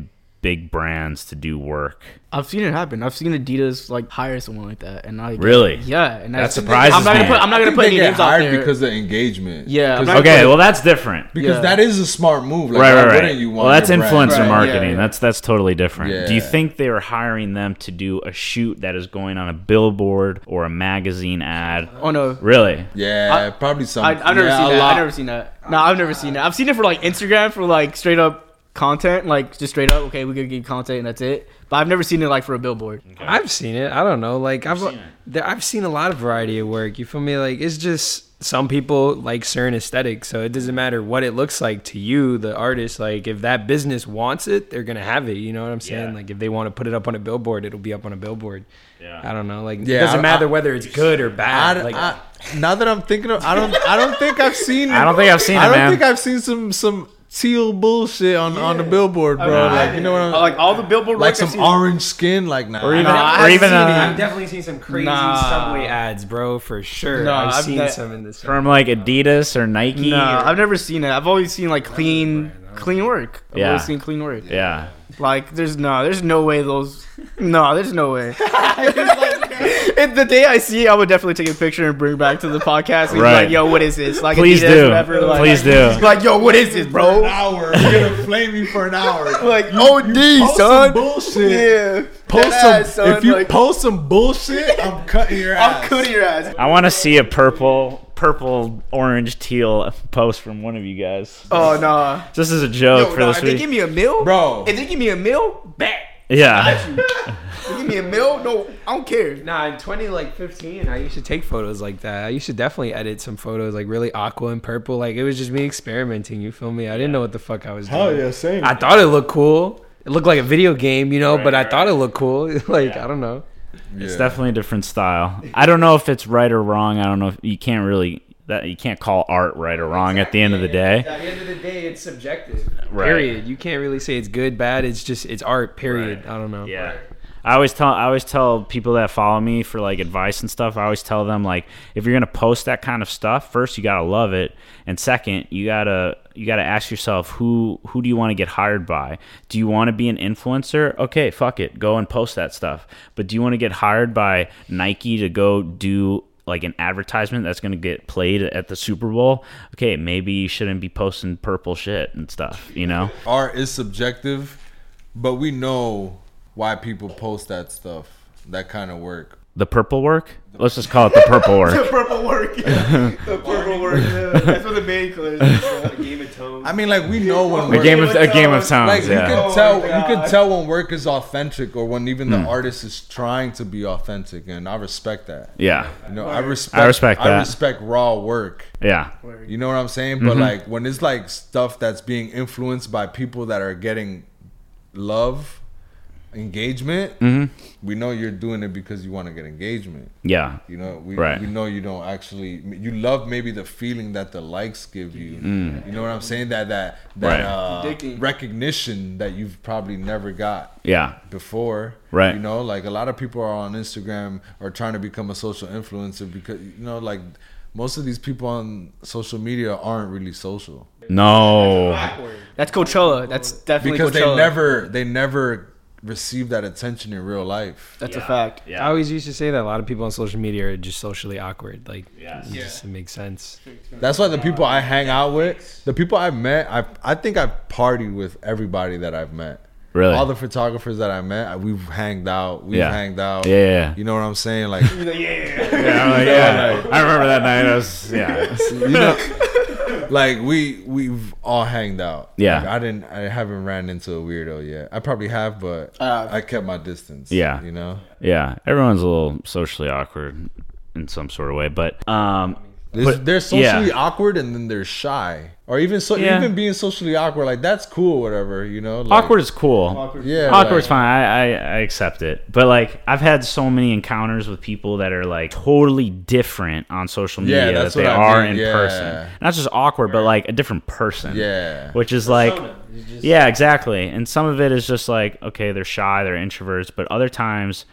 big brands to do work? I've seen it happen. I've seen Adidas like hire someone like that, and I Really? yeah, and That I- surprises I'm not me. gonna put I'm not I gonna put think they any get names out hired there because of engagement. Yeah, I'm Because- not Okay, well that's different. because Yeah. that is a smart move. Like, right, why right, wouldn't right. you want well, that's your brand- influencer Right, yeah, marketing. yeah. That's that's totally different. Do you Yeah. think they were hiring them to do a shoot that is going on a billboard or a magazine ad? Oh no, Really? Yeah, probably some. I, I've never yeah, seen a that. lot. I've never seen that. No, I've never seen that. I've seen it for like Instagram for like straight up content, like just straight up. Okay, we're gonna give content and that's it. But I've never seen it like for a billboard. I've seen it. I don't know. Like I've seen it. there, I've seen a lot of variety of work. You feel me? Like it's just some people like certain aesthetics, so it doesn't matter what it looks like to you, the artist. Like if that business wants it, they're gonna have it. You know what I'm saying? Yeah. Like if they want to put it up on a billboard, it'll be up on a billboard. Yeah. I don't know. Like it Yeah, doesn't I- matter whether it's good or bad. I, like I, now that I'm thinking of, I don't, I don't think I've seen. I don't think I've seen I it, don't man. think I've seen some some teal bullshit on on the billboard, bro. like you know what I'm like, Like all the billboard work like I've some seen- orange skin, like nah. Or even, No, I or haven't even seen uh, I've definitely seen some crazy Nah. subway ads, bro, for sure. Nah, I've, I've seen ne- some in this. from like Adidas or Nike. No, or- I've never seen it. I've always seen like clean, clean work. I've Yeah. always seen clean work. yeah. Like there's no, there's no way those. No, there's no way. If the day I see, it, I would definitely take a picture and bring it back to the podcast. And Right. Be like, yo, what is this? Like, Please Adidas, do. Whatever, like, Please do. Like, yo, what is this, an bro? hour. You're gonna flame me for an hour. Like, OD, post son. some bullshit. Yeah. Post Dead some, ass, son, if you like- post some bullshit, I'm cutting your ass. I'm cutting your ass. I want to see a purple, purple, orange, teal post from one of you guys. Oh no. This is a joke Yo, for nah, this if they week. give me a meal, Bro. If they give me a meal, bet. yeah. They give me a meal, no, I don't care. Nah, in 20 like 15, I used to take photos like that. I used to definitely edit some photos like really aqua and purple. Like it was just me experimenting. You feel me? I didn't know what the fuck I was doing. Hell yeah, same. I thought it looked cool. It looked like a video game, you know, but I thought it looked cool. like I don't know. It's definitely a different style. I don't know if it's right or wrong. I don't know if you can't really that you can't call art right or wrong at the end of the day. At the end of the day, it's subjective. Right. Period. You can't really say it's good, bad. It's just it's art. Period. I don't know. Yeah. I always tell I always tell people that follow me for like advice and stuff. I always tell them like if you're gonna post that kind of stuff, first you gotta love it, and second you gotta you gotta ask yourself who who do you want to get hired by? Do you want to be an influencer? Okay, fuck it, go and post that stuff. But do you want to get hired by Nike to go do like an advertisement that's going to get played at the Super Bowl? Okay, maybe you shouldn't be posting purple shit and stuff. You know? Art is subjective, but we know why people post that stuff, that kind of work. The purple work. Let's just call it the purple work. purple work. The purple work. That's what the main colors. I mean, like we know when A work, game of a game of like tones. you yeah. could my tell, God. you could tell when work is authentic or when even the Hmm. artist is trying to be authentic, and I respect that. yeah. You know, I respect, I respect that. I respect raw work. Yeah. You know what I'm saying? But like when it's like stuff that's being influenced by people that are getting love, engagement, hmm we know you're doing it because you want to get engagement. Yeah. You know, we, Right. we know you don't actually you love maybe the feeling that the likes give you. You know what I'm saying? That that that uh, Digging. recognition that you've probably never got Yeah. before. Right. You know, like a lot of people are on Instagram are trying to become a social influencer because you know, like most of these people on social media aren't really social No. That's Coachella. That's definitely because Coachella. they never they never receive that attention in real life. That's Yeah. a fact. I always used to say that a lot of people on social media are just socially awkward. Like, Yes. it just it makes sense. That's why the people I hang out with, the people I've met, I I think I've partied with everybody that I've met. Really? All the photographers that I met, I- we've hanged out. We've Yeah. hanged out. Yeah, yeah, yeah. You know what I'm saying? Like, yeah, I'm like, yeah. I remember that night. I was yeah. you know, like we we've all hanged out. Yeah. Like, I didn't. I haven't ran into a weirdo yet. I probably have, but Uh, I kept my distance. Yeah. You know, Yeah, everyone's a little socially awkward in some sort of way, but um, There's- But- they're socially yeah. awkward and then they're shy, or even so Yeah. even being socially awkward. Like that's cool, whatever. You know, like, awkward is cool. Awkward, Yeah. awkward's like- fine. I, I I accept it. But like, I've had so many encounters with people that are like totally different on social Yeah, media that that's they what I are mean, in yeah. person. Not just awkward, but like a different person. Yeah. Which is like, yeah, exactly. And some of it is just like, okay, they're shy, they're introverts, but other times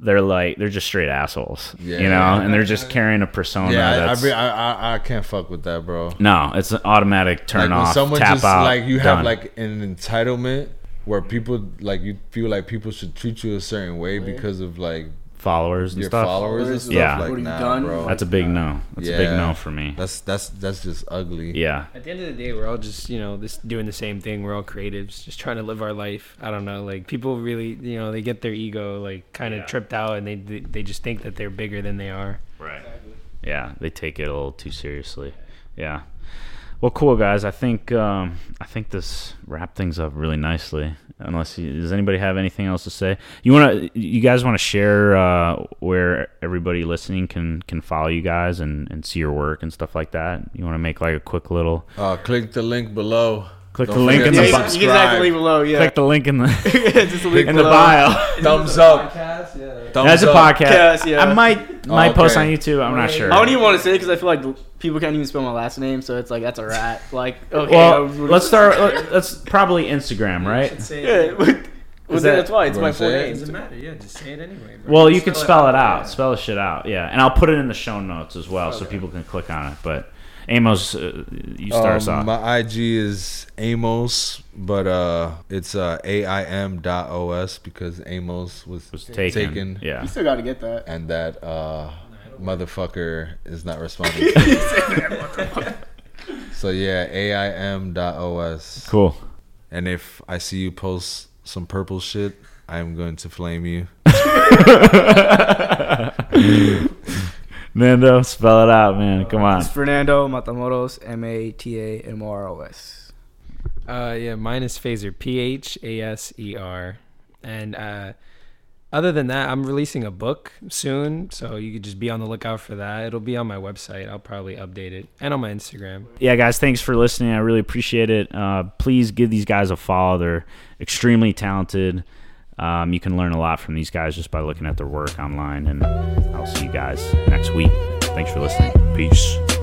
they're like, they're just straight assholes, you Yeah. know, and they're just carrying a persona. Yeah, I- that's, I, re- I, I I can't fuck with that, bro. No, it's an automatic turn Like off. when someone tap just out. like you done. have like an entitlement where people like you feel like people should treat you a certain way because of like followers and your stuff. followers and stuff. Yeah. like What are you nah, done? bro. That's a big no. That's a big Yeah. no for me. That's that's that's just ugly. Yeah. At the end of the day, we're all just you know this doing the same thing. We're all creatives, just trying to live our life. I don't know, like people really you know they get their ego like kind of Yeah. tripped out, and they they just think that they're bigger than they are. Right. Yeah, they take it a little too seriously. Yeah. Well, cool guys. I think um, I think this wrapped things up really nicely. Unless you, does anybody have anything else to say? You want to? You guys want to share uh, where everybody listening can can follow you guys and, and see your work and stuff like that. You want to make like a quick little Uh, click the link below. Click Don't the link forget in to the Yeah, bo- you can exactly subscribe. below. Yeah. click the link in the Just leave in the bio. below. Thumbs up. Thumbs That's a up. podcast. Yes, yeah. I might might post on Okay. YouTube. I'm not sure. I don't even want to say because I feel like people can't even spell my last name, so it's like that's a rat. Like okay, well, I'm- let's start. let- Let's probably Instagram, right? Yeah, but, well, that- that's why it's You my wanna full say it? name. matter. Yeah, just say it anyway. Well, you could spell it out. Spell the shit out. Yeah, and I'll put it in the show notes as well, so people can click on it. But Amos, uh, you start us Um, off. my IG is Amos, but uh, it's uh, AIM dot OS because Amos was, Was taken. taken. Yeah. You still got to get that. and that uh, motherfucker is not responding. so yeah, AIM dot OS. Cool. And if I see you post some purple shit, I'm going to flame you. Nando, spell it out, man. Come on. It's Fernando Matamoros, M A T A M R O S. Uh, yeah, mine is Phaser, P H A S E R. And uh, other than that, I'm releasing a book soon, so you could just be on the lookout for that. It'll be on my website. I'll probably update it and on my Instagram. yeah, guys, thanks for listening. I really appreciate it. Uh, please give these guys a follow. They're extremely talented. Um, you can learn a lot from these guys just by looking at their work online. And I'll see you guys next week. Thanks for listening. Peace.